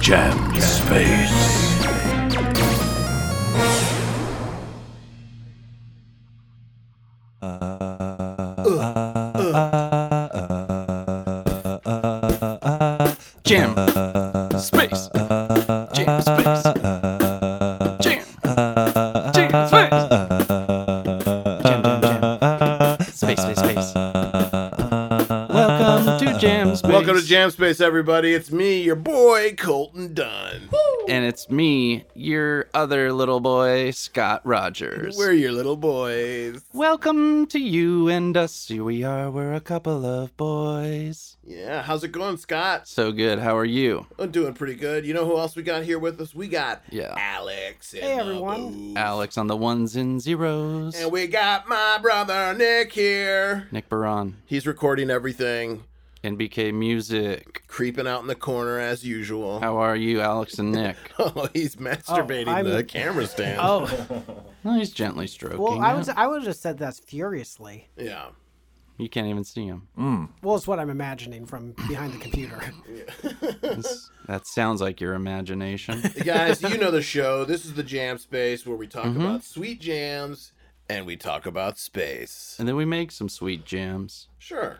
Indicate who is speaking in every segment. Speaker 1: Jam Space.
Speaker 2: Jam. Space. Jam. Space. Jam. Jam. Space. Jam, jam, jam. Space, space, space. Uh, Welcome to Jam Space.
Speaker 3: Welcome to Jam Space, everybody. It's me, your boy Colton Dunn.
Speaker 2: And it's me, your other little boy, Scott Rogers.
Speaker 3: We're your little boys.
Speaker 2: Welcome to you and us. Here we are. We're a couple of boys.
Speaker 3: Yeah, how's it going, Scott?
Speaker 2: So good. How are you?
Speaker 3: I'm doing pretty good. You know who else we got here with us? We got
Speaker 2: Yeah.
Speaker 3: Alex. in
Speaker 4: Hey,
Speaker 3: the
Speaker 4: everyone.
Speaker 3: booth.
Speaker 2: Alex on the ones and zeros.
Speaker 3: And we got my brother Nick here.
Speaker 2: Nick Baron,
Speaker 3: He's recording everything,
Speaker 2: NBK Music.
Speaker 3: creeping out in the corner as usual.
Speaker 2: How are you, Alex and Nick?
Speaker 3: Oh, he's masturbating
Speaker 4: I'm-
Speaker 3: the camera stand.
Speaker 4: Oh
Speaker 2: No, he's gently stroking.
Speaker 4: well, I
Speaker 2: it.
Speaker 4: was I would have just said that's furiously.
Speaker 3: Yeah.
Speaker 2: You can't even see him.
Speaker 4: Well, it's what I'm imagining from behind the computer.
Speaker 2: It's- that sounds like your imagination.
Speaker 3: Guys, you know the show. This is the Jam Space where we talk
Speaker 2: Mm-hmm.
Speaker 3: about sweet jams and we talk about space.
Speaker 2: and then we make some sweet jams.
Speaker 3: Sure.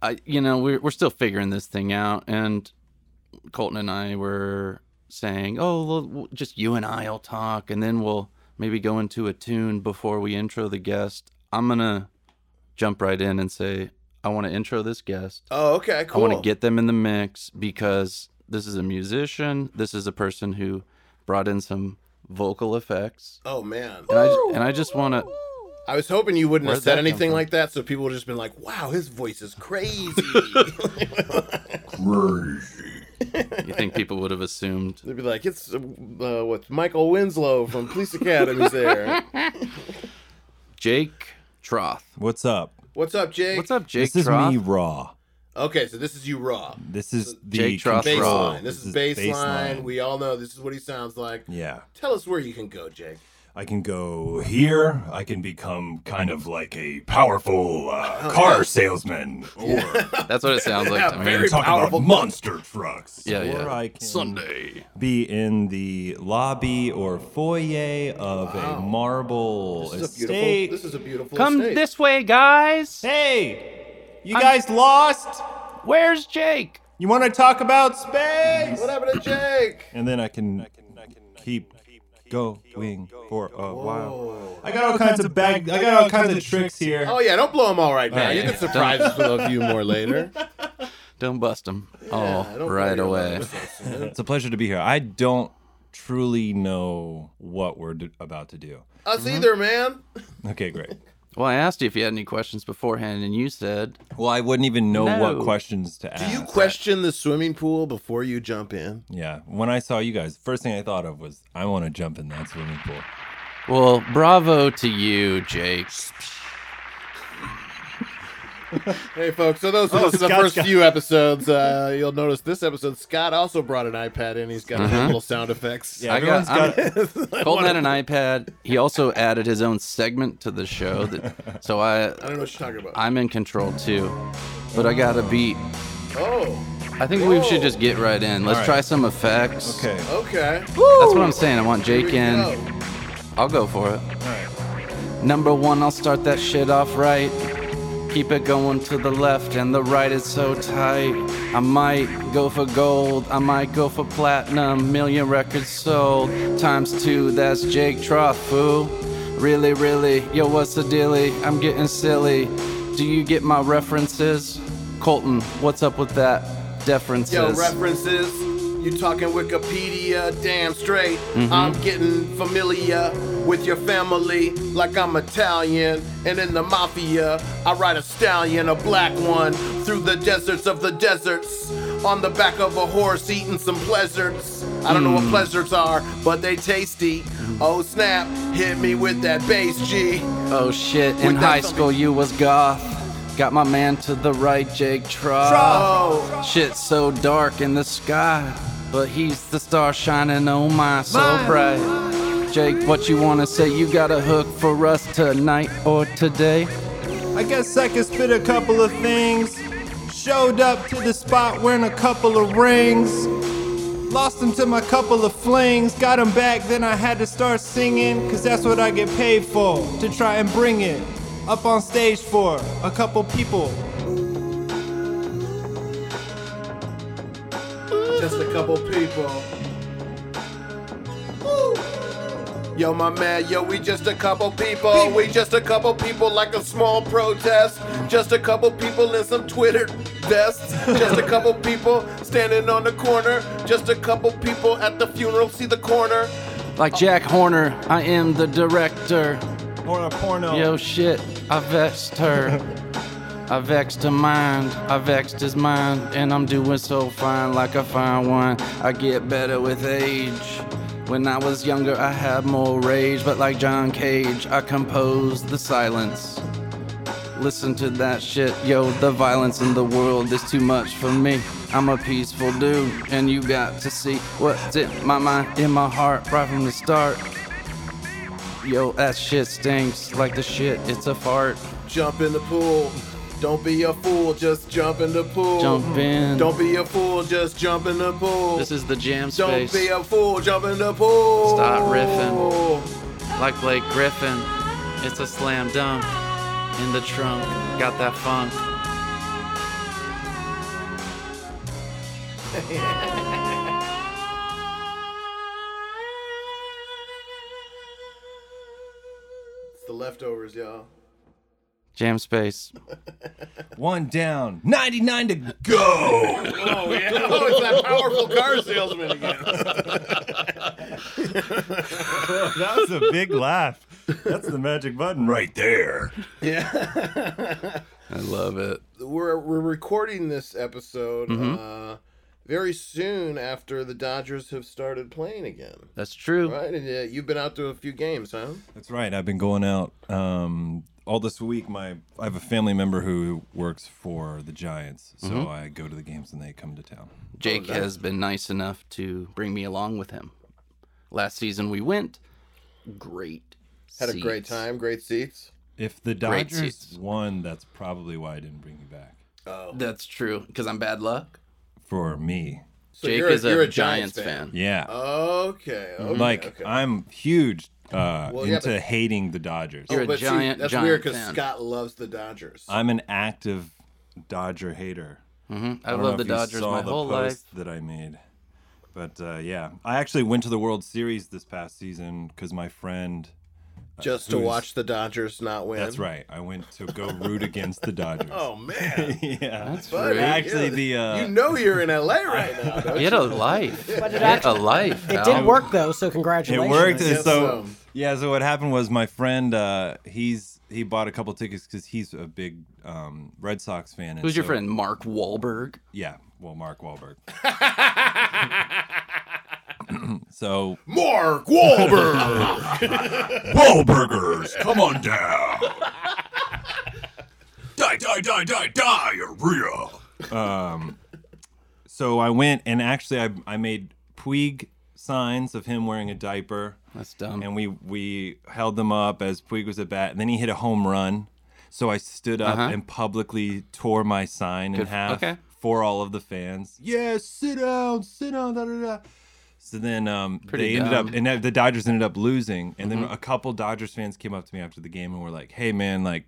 Speaker 2: I, you know, we're we're still figuring this thing out, and Colton and I were saying, oh, well, we'll- just you and I'll talk, and then we'll maybe go into a tune before we intro the guest. I'm gonna jump right in and say, I want to intro this guest.
Speaker 3: Oh, okay, cool.
Speaker 2: I want to get them in the mix because this is a musician. This is a person who brought in some vocal effects.
Speaker 3: Oh man,
Speaker 2: And I, and I just want to.
Speaker 3: I was hoping you wouldn't
Speaker 2: Where'd
Speaker 3: have said
Speaker 2: that come
Speaker 3: anything
Speaker 2: from?
Speaker 3: like that, so people would just been like, "Wow, his voice is crazy."
Speaker 2: You think people would have assumed?
Speaker 3: They'd be like, "It's uh, uh, what's Michael Winslow from Police Academy's there."
Speaker 2: Jake Troth.
Speaker 5: What's up?
Speaker 3: What's up, Jake?
Speaker 2: What's up, Jake
Speaker 5: this is
Speaker 2: Troth?
Speaker 5: me raw.
Speaker 3: Okay, so this is you raw.
Speaker 5: This is the
Speaker 2: Jake Troth
Speaker 3: Baseline. This,
Speaker 2: That's raw.
Speaker 3: is baseline. We all know this is what he sounds like.
Speaker 5: yeah,
Speaker 3: Tell us where you can go, Jake.
Speaker 5: I can go here. I can become kind of like a powerful
Speaker 2: Oh,
Speaker 5: uh, car salesman, or
Speaker 2: That's what it sounds like to
Speaker 3: Yeah,
Speaker 2: me.
Speaker 3: very-
Speaker 5: talk
Speaker 3: powerful.
Speaker 5: about monster trucks.
Speaker 2: Yeah,
Speaker 5: or
Speaker 2: yeah.
Speaker 5: I can
Speaker 2: Sunday.
Speaker 5: be in the lobby or foyer of a marble
Speaker 3: This is a beautiful.
Speaker 5: estate.
Speaker 3: This is a beautiful.
Speaker 2: Come
Speaker 3: estate.
Speaker 2: this way, guys.
Speaker 5: hey, you guys lost?
Speaker 2: Where's Jake?
Speaker 5: You want to talk about space?
Speaker 3: What happened to Jake?
Speaker 5: and then I can, keep, going for a while. I got all kinds of bag. I got all kinds of tricks here.
Speaker 3: Oh yeah, don't blow him all right now.
Speaker 5: right.
Speaker 3: You can surprise us with a few more later.
Speaker 2: Don't bust him.
Speaker 3: I
Speaker 2: oh,
Speaker 3: don't
Speaker 2: right
Speaker 3: blow your
Speaker 2: away.
Speaker 3: load so soon.
Speaker 5: It's a pleasure to be here. I don't truly know what we're d- about to do.
Speaker 3: Us either, man.
Speaker 5: Okay, great.
Speaker 2: Well, I asked you if you had any questions beforehand, and you said,
Speaker 5: Well, I wouldn't even know
Speaker 2: No.
Speaker 5: what questions to ask.
Speaker 3: Do you question the swimming pool before you jump in?
Speaker 5: Yeah. When I saw you guys, first thing I thought of was I want to jump in that swimming pool.
Speaker 2: "Well, bravo to you, Jake."
Speaker 3: Hey, folks. So those who listen to the
Speaker 5: Scott's
Speaker 3: first few episodes, uh, you'll notice this episode. Scott also brought an iPad in. He's got little sound effects.
Speaker 2: I got-
Speaker 5: got
Speaker 2: Colton had an iPad. He also added his own segment to the show. That, so I,
Speaker 3: I don't know what you're talking about.
Speaker 2: I'm in control too, but I got a beat.
Speaker 3: oh,
Speaker 2: I think we should just get right in. Let's
Speaker 5: All right.
Speaker 2: try some effects.
Speaker 5: okay.
Speaker 3: okay.
Speaker 2: That's what I'm saying. I want Jake in.
Speaker 3: Here we go.
Speaker 2: I'll go for it. Number one, I'll start that shit off right. Keep it going to the left and the right is so tight. I might go for gold, I might go for platinum, million records sold. Times two, that's Jake Troth, fool. Really, really, yo, what's the dealie? I'm getting silly. Do you get my references? Colton, what's up with that? Deferences.
Speaker 3: Yo, references. You talking Wikipedia? Damn straight. I'm getting familiar with your family like I'm Italian. And in the mafia, I ride a stallion, a black one, through the deserts of the deserts. On the back of a horse, eating some pleasures. I don't know what pleasures are, but they tasty. Oh snap, hit me with that bass, G.
Speaker 2: Oh shit, in
Speaker 3: that
Speaker 2: high
Speaker 3: something-
Speaker 2: school you was goth. Got my man to the right, Jake Trough.
Speaker 3: Oh,
Speaker 2: Shit so dark in the sky, but he's the star shining oh my so bright. Jake, what you wanna say? You got a hook for us tonight or today?
Speaker 5: I guess I could spit a couple of things. Showed up to the spot wearing a couple of rings. Lost them to my couple of flings, got them back, then I had to start singing, cause that's what I get paid for, to try and bring it up on stage for a couple people.
Speaker 3: Just a couple people. Yo, my man, yo, we just a couple people. We just a couple people like a small protest. Just a couple people in some Twitter vests. Just a couple people standing on the corner. Just a couple people at the funeral. See the corner.
Speaker 2: Like Jack Horner, I am the director.
Speaker 5: Or a porno.
Speaker 2: Yo, shit, I vexed her. I vexed her mind, I vexed his mind, and I'm doing so fine like a fine wine. I get better with age. When I was younger, I had more rage, but like John Cage, I composed the silence. Listen to that shit, yo. The violence in the world is too much for me. I'm a peaceful dude, and you got to see what's in my mind, in my heart, right from the start. Yo, that shit stinks like the shit, it's a fart.
Speaker 3: Jump in the pool. Don't be a fool, just jump in the pool.
Speaker 2: Jump in.
Speaker 3: Don't be a fool, just jump in the pool.
Speaker 2: This is the jam
Speaker 3: Don't
Speaker 2: space.
Speaker 3: be a fool, jump in the pool.
Speaker 2: Stop riffing. like Blake Griffin. It's a slam dunk. In the trunk, got that funk.
Speaker 3: It's the leftovers, y'all.
Speaker 2: Jam space.
Speaker 5: One down, 99 to go.
Speaker 3: Oh, yeah. oh, it's that powerful car salesman again.
Speaker 5: that was a big laugh. That's the magic button
Speaker 1: Right there.
Speaker 3: Yeah.
Speaker 2: I love it.
Speaker 3: we're we're recording this episode
Speaker 2: Mm-hmm.
Speaker 3: uh, very soon after the Dodgers have started playing again.
Speaker 2: That's true.
Speaker 3: Right, and uh, you've been out to a few games, huh?
Speaker 5: That's right. I've been going out um, all this week. My I have a family member who works for the Giants, so I go to the games and they come to town.
Speaker 2: Jake has been nice enough to bring me along with him. Last season we went. Great.
Speaker 3: Had a great
Speaker 2: seats.
Speaker 3: time, great seats.
Speaker 5: If the
Speaker 2: Great
Speaker 5: Dodgers
Speaker 2: seats.
Speaker 5: won, that's probably why I didn't bring you back.
Speaker 2: That's true. Because I'm bad luck.
Speaker 5: For me,
Speaker 3: So
Speaker 2: Jake
Speaker 3: you're
Speaker 2: is a,
Speaker 3: you're
Speaker 2: Giants, fan. Mm-hmm.
Speaker 5: yeah,
Speaker 2: Oh,
Speaker 3: Okay, okay,
Speaker 5: like
Speaker 3: okay.
Speaker 5: I'm huge uh,
Speaker 3: Well, yeah,
Speaker 5: into
Speaker 3: but-
Speaker 5: hating the Dodgers.
Speaker 2: You're a
Speaker 3: but see,
Speaker 2: giant,
Speaker 3: that's
Speaker 2: giant
Speaker 3: weird because
Speaker 2: fan.
Speaker 3: Scott loves the Dodgers.
Speaker 5: I'm an active Dodger hater.
Speaker 2: I,
Speaker 5: don't
Speaker 2: love
Speaker 5: know
Speaker 2: the
Speaker 5: if you
Speaker 2: Dodgers
Speaker 5: saw
Speaker 2: my
Speaker 5: the
Speaker 2: whole life.
Speaker 5: post that I made. But uh, yeah, I actually went to the World Series this past season because my friend.
Speaker 3: just to
Speaker 5: who's-
Speaker 3: watch the Dodgers not win.
Speaker 5: That's right. I went to go root against the Dodgers.
Speaker 3: Oh man,
Speaker 5: yeah.
Speaker 2: That's
Speaker 3: buddy,
Speaker 2: right.
Speaker 5: Actually, the, uh,
Speaker 3: you know you're in LA right now. Don't you?
Speaker 2: Get a life.
Speaker 4: But it
Speaker 2: Get a
Speaker 4: actually-
Speaker 2: life.
Speaker 4: It
Speaker 2: Al.
Speaker 4: did work though, so
Speaker 5: It
Speaker 4: congratulations.
Speaker 5: worked.
Speaker 3: I
Speaker 5: and
Speaker 3: guess
Speaker 5: so
Speaker 3: so.
Speaker 5: yeah, so what happened was my friend uh, he's he bought a couple tickets because he's a big um, Red Sox fan. and
Speaker 2: Who's your
Speaker 5: so-
Speaker 2: friend? Mark Wahlberg.
Speaker 5: Yeah, well, Mark Wahlberg. so
Speaker 3: Mark Wahlberg.
Speaker 1: Wahlburgers, come on down. die, die, die, die, diarrhea.
Speaker 5: Um, so I went and actually I I made Puig signs of him wearing a diaper.
Speaker 2: That's dumb.
Speaker 5: and we we held them up as Puig was at bat, and then he hit a home run. So I stood up and publicly tore my sign in
Speaker 2: Uh-huh. Good-
Speaker 5: half
Speaker 2: okay.
Speaker 5: for all of the fans. Yeah, sit down, sit down, da da da. So then um,
Speaker 2: Pretty
Speaker 5: they ended up,
Speaker 2: dumb. Mm-hmm.
Speaker 5: and the Dodgers ended up losing. And then a couple Dodgers fans came up to me after the game and were like, "Hey, man, like."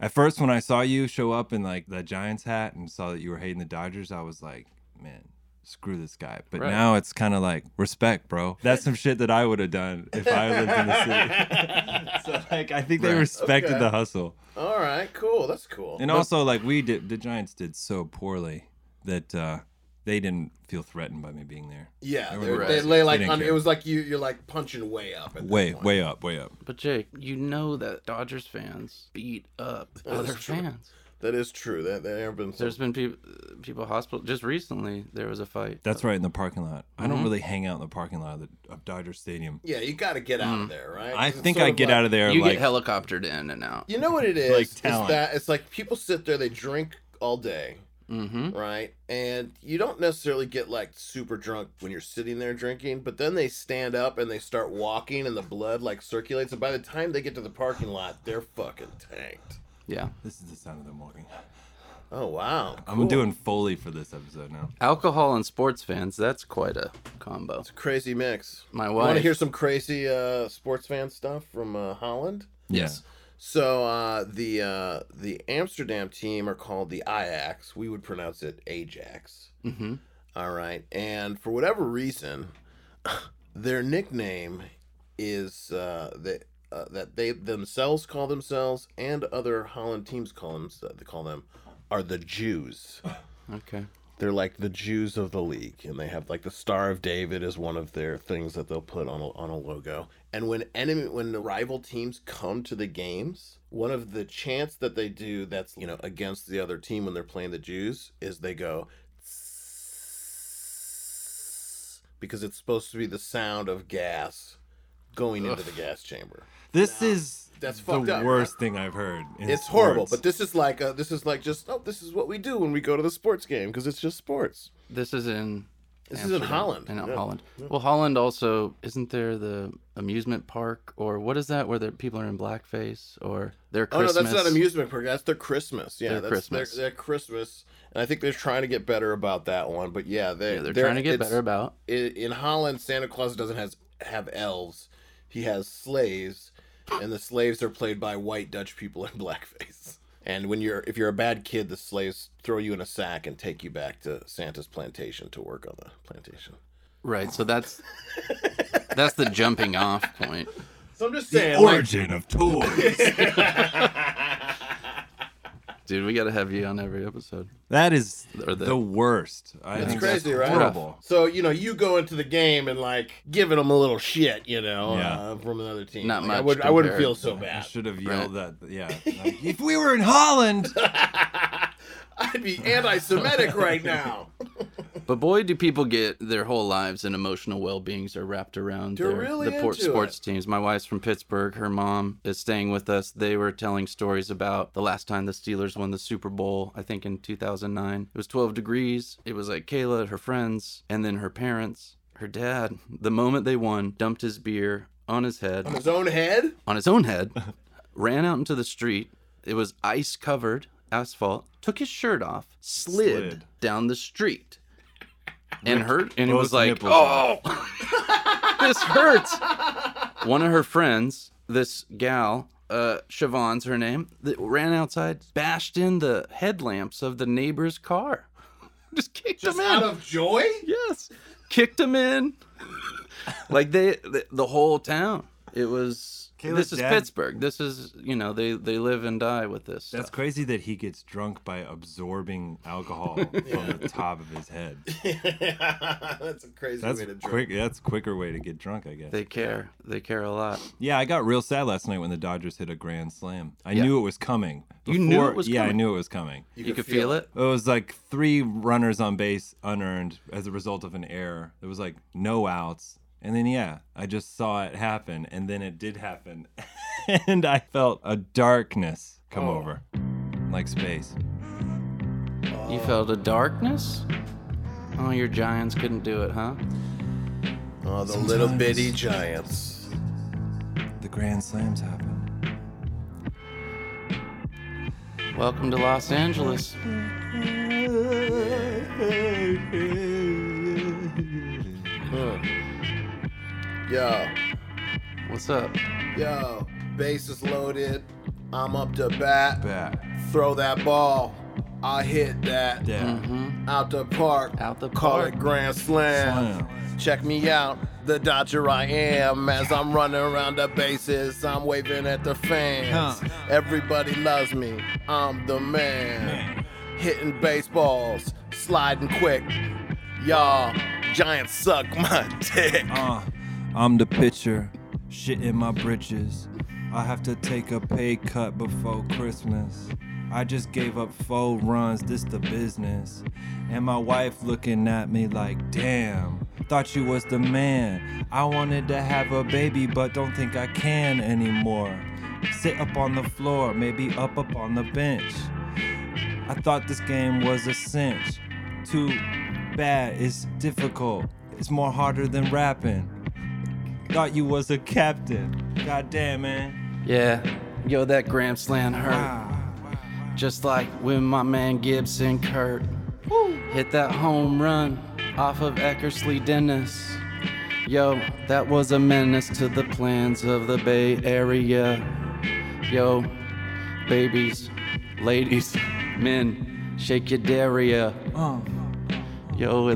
Speaker 5: At first, when I saw you show up in like the Giants hat and saw that you were hating the Dodgers, I was like, "Man, screw this guy." But
Speaker 2: Right.
Speaker 5: now it's kind of like respect, bro. That's some shit that I would have done if I lived in the city. so like, I think they
Speaker 2: Right.
Speaker 5: respected
Speaker 3: Okay.
Speaker 5: the hustle.
Speaker 3: All right, cool. That's cool.
Speaker 5: And also, like, we did the Giants did so poorly that uh, they didn't feel threatened by me being there.
Speaker 3: Yeah,
Speaker 5: They
Speaker 3: they,
Speaker 5: were
Speaker 3: they
Speaker 5: right.
Speaker 3: lay like
Speaker 5: They didn't
Speaker 3: on, it
Speaker 5: care.
Speaker 3: was like you you're like punching way up. At that
Speaker 5: Way,
Speaker 3: point.
Speaker 5: way up, way up.
Speaker 2: But Jake, you know that Dodgers fans beat up other
Speaker 3: true.
Speaker 2: fans.
Speaker 3: That is true. That there have been some.
Speaker 2: There's been people people hospital just recently. There was a fight.
Speaker 5: That's
Speaker 3: Uh,
Speaker 5: right in the parking lot. I
Speaker 2: mm-hmm.
Speaker 5: don't really hang out in the parking lot of, the, of Dodger Stadium.
Speaker 3: Yeah, you got to get
Speaker 2: Hmm.
Speaker 3: out of there, right?
Speaker 5: I
Speaker 3: It's
Speaker 5: think
Speaker 3: sort
Speaker 5: I
Speaker 3: of
Speaker 5: get
Speaker 3: like-
Speaker 5: out of there
Speaker 2: you
Speaker 5: like
Speaker 2: get helicoptered in and out.
Speaker 3: You know what it is?
Speaker 5: Like
Speaker 3: it's
Speaker 5: talent.
Speaker 3: that it's like people sit there, they drink all day,
Speaker 2: Mm-hmm.
Speaker 3: right? And you don't necessarily get like super drunk when you're sitting there drinking, but then they stand up and they start walking, and the blood like circulates. And by the time they get to the parking lot, they're fucking tanked.
Speaker 2: Yeah.
Speaker 5: this is the sound of them walking.
Speaker 3: Oh wow.
Speaker 5: I'm doing Foley for this episode now.
Speaker 2: Alcohol and sports fans, that's quite a combo.
Speaker 3: Crazy mix.
Speaker 2: My
Speaker 3: Want
Speaker 2: wife.
Speaker 3: to hear some crazy uh, sports fan stuff from uh, Holland?
Speaker 5: Yes.
Speaker 3: So uh, the uh, the Amsterdam team are called the Ajax. We would pronounce it Ajax. Mm-hmm. right, and for whatever reason, their nickname is uh, that uh, that they themselves call themselves and other Holland teams call them they call them are the Jews.
Speaker 2: Okay.
Speaker 3: They're like the Jews of the league, and they have like the Star of David is one of their things that they'll put on a, on a logo. And when enemy, when the rival teams come to the games, one of the chants that they do that's you know against the other team when they're playing the Jews is they go "Tss," because it's supposed to be the sound of gas going into the gas chamber.
Speaker 5: This is
Speaker 3: That's
Speaker 5: the
Speaker 3: fucked up,
Speaker 5: worst thing I've heard. in
Speaker 3: It's horrible,
Speaker 5: sports.
Speaker 3: but this is like uh this is like just oh this is what we do when we go to the sports game because it's just sports.
Speaker 2: This is in.
Speaker 3: This is in Holland.
Speaker 2: In
Speaker 3: Yeah.
Speaker 2: Holland. Well, Holland also isn't there the amusement park or what is that where the people are in blackface or their
Speaker 3: Oh
Speaker 2: Christmas?
Speaker 3: no, that's not amusement park. That's their Christmas. Yeah,
Speaker 2: Their
Speaker 3: that's
Speaker 2: Christmas.
Speaker 3: Their, their Christmas, and I think they're trying to get better about that one. But yeah, they,
Speaker 2: Yeah, they're trying to get
Speaker 3: it's-
Speaker 2: better about.
Speaker 3: i- in Holland, Santa Claus doesn't has have elves. He has slaves, and the slaves are played by white Dutch people in blackface. And when you're if you're a bad kid, the slaves throw you in a sack and take you back to Santa's plantation to work on the plantation.
Speaker 2: Right. So that's that's the jumping off point.
Speaker 3: So I'm just
Speaker 1: The
Speaker 3: saying, like,
Speaker 1: origin of toys.
Speaker 2: Dude, we got to have you on every episode.
Speaker 5: that is
Speaker 2: Or
Speaker 5: the,
Speaker 2: the-
Speaker 5: worst. I
Speaker 3: It's
Speaker 5: think
Speaker 3: crazy, right?
Speaker 5: Horrible.
Speaker 3: So you know, you go into the game and like giving them a little shit, you know,
Speaker 5: Yeah.
Speaker 3: uh, from another team.
Speaker 2: Not
Speaker 3: Like, I,
Speaker 2: much
Speaker 3: would, I wouldn't
Speaker 2: compared.
Speaker 3: feel so
Speaker 5: I
Speaker 3: bad.
Speaker 5: should have yelled that. Yeah. Like, if we were in Holland,
Speaker 3: I'd be anti-Semitic right now.
Speaker 2: But boy, do people get their whole lives and emotional well beings are wrapped around
Speaker 3: They're
Speaker 2: their,
Speaker 3: really
Speaker 2: the port
Speaker 3: into
Speaker 2: sports teams. My wife's from Pittsburgh. Her mom is staying with us. They were telling stories about the last time the Steelers won the Super Bowl, I think in 2009. It was 12 degrees. It was like Kayla, her friends, and then her parents. Her dad, the moment they won, dumped his beer on his head,
Speaker 3: His own head.
Speaker 2: on his own head, ran out into the street. It was ice covered asphalt. Took his shirt off, slid,
Speaker 5: Slid.
Speaker 2: down the street, and hurt. And it
Speaker 5: both
Speaker 2: was like,
Speaker 5: nipples
Speaker 2: oh, this hurts. One of her friends, this gal, uh, Siobhan's her name, that ran outside, bashed in the headlamps of the neighbor's car. Just kicked him in.
Speaker 3: of joy.
Speaker 2: Yes. Kicked him in. like they, the the whole town. It was
Speaker 5: Kayla's
Speaker 2: this is
Speaker 5: dad-
Speaker 2: Pittsburgh. This is, you know, they they live and die with this.
Speaker 5: that's
Speaker 2: stuff.
Speaker 5: crazy that he gets drunk by absorbing alcohol from the top of his head.
Speaker 3: That's a crazy
Speaker 5: That's
Speaker 3: way to drink.
Speaker 5: quick. That's quicker way to get drunk, I guess.
Speaker 2: They care. They care a lot.
Speaker 5: Yeah, I got real sad last night when the Dodgers hit a grand slam. I knew it was coming.
Speaker 2: You knew it was
Speaker 5: yeah, I
Speaker 2: coming?
Speaker 5: knew it was coming.
Speaker 2: You, could feel it.
Speaker 5: It was like three runners on base unearned as a result of an error. There was like no outs. And then yeah, I just saw it happen and then it did happen. and I felt a darkness come over. Like space.
Speaker 2: You felt a darkness? Oh, your Giants couldn't do it, huh?
Speaker 3: Oh, the little bitty giants.
Speaker 5: The grand slams happen.
Speaker 2: Welcome to Los Angeles.
Speaker 3: Huh. Yo,
Speaker 2: What's up?
Speaker 3: yo, base is loaded. I'm up to bat.
Speaker 5: Back.
Speaker 3: Throw that ball. I hit that.
Speaker 5: Yeah.
Speaker 3: Out the park.
Speaker 2: Out the
Speaker 3: Call
Speaker 2: park.
Speaker 3: it grand slam.
Speaker 5: Slam.
Speaker 3: Check me out, the Dodger I am. As I'm running around the bases, I'm waving at the fans. Everybody loves me, I'm the man. Hitting baseballs, sliding quick. Y'all, Giants suck my dick.
Speaker 5: Uh, I'm the pitcher, shit in my britches. I have to take a pay cut before Christmas. I just gave up four runs, this the business. And my wife looking at me like, damn, thought you was the man. I wanted to have a baby, but don't think I can anymore. Sit up on the floor, maybe up up on the bench. I thought this game was a cinch. Too bad, it's difficult. It's more harder than rapping. Thought you was a captain. God damn, man.
Speaker 2: Yeah. Yo, that Grand Slam hurt. Just like when my man Gibson Kurt hit that home run off of Eckersley Dennis. Yo, that was a menace to the plans of the Bay Area. Yo, babies, ladies, men, shake your dairy. Yo,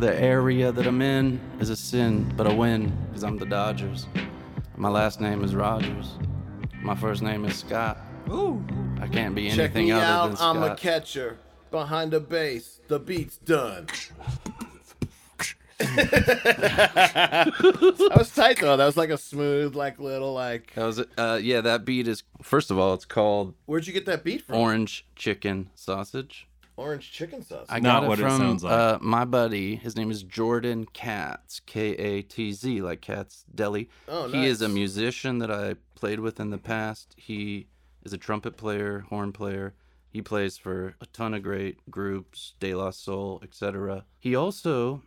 Speaker 2: the area that I'm in is a sin, but a win, because I'm the Dodgers. My last name is Rogers. My first name is Scott. I can't be
Speaker 3: Check
Speaker 2: anything
Speaker 3: me
Speaker 2: other
Speaker 3: out,
Speaker 2: than Scott.
Speaker 3: I'm a catcher. Behind the base, the beat's done. that was tight though. That was like a smooth, like little, like.
Speaker 2: That was uh yeah, that beat is first of all, it's called
Speaker 3: Where'd you get that beat from?
Speaker 2: orange chicken sausage.
Speaker 3: Orange chicken sauce.
Speaker 2: I
Speaker 5: Not
Speaker 2: got it
Speaker 5: what it
Speaker 2: from
Speaker 5: sounds like.
Speaker 2: uh, my buddy. His name is Jordan Katz, K A T Z, like Katz Deli.
Speaker 3: Oh,
Speaker 2: he is a
Speaker 3: nice.
Speaker 2: musician that I played with in the past. He is a trumpet player, horn player. He plays for a ton of great groups, De La Soul, etc. He also,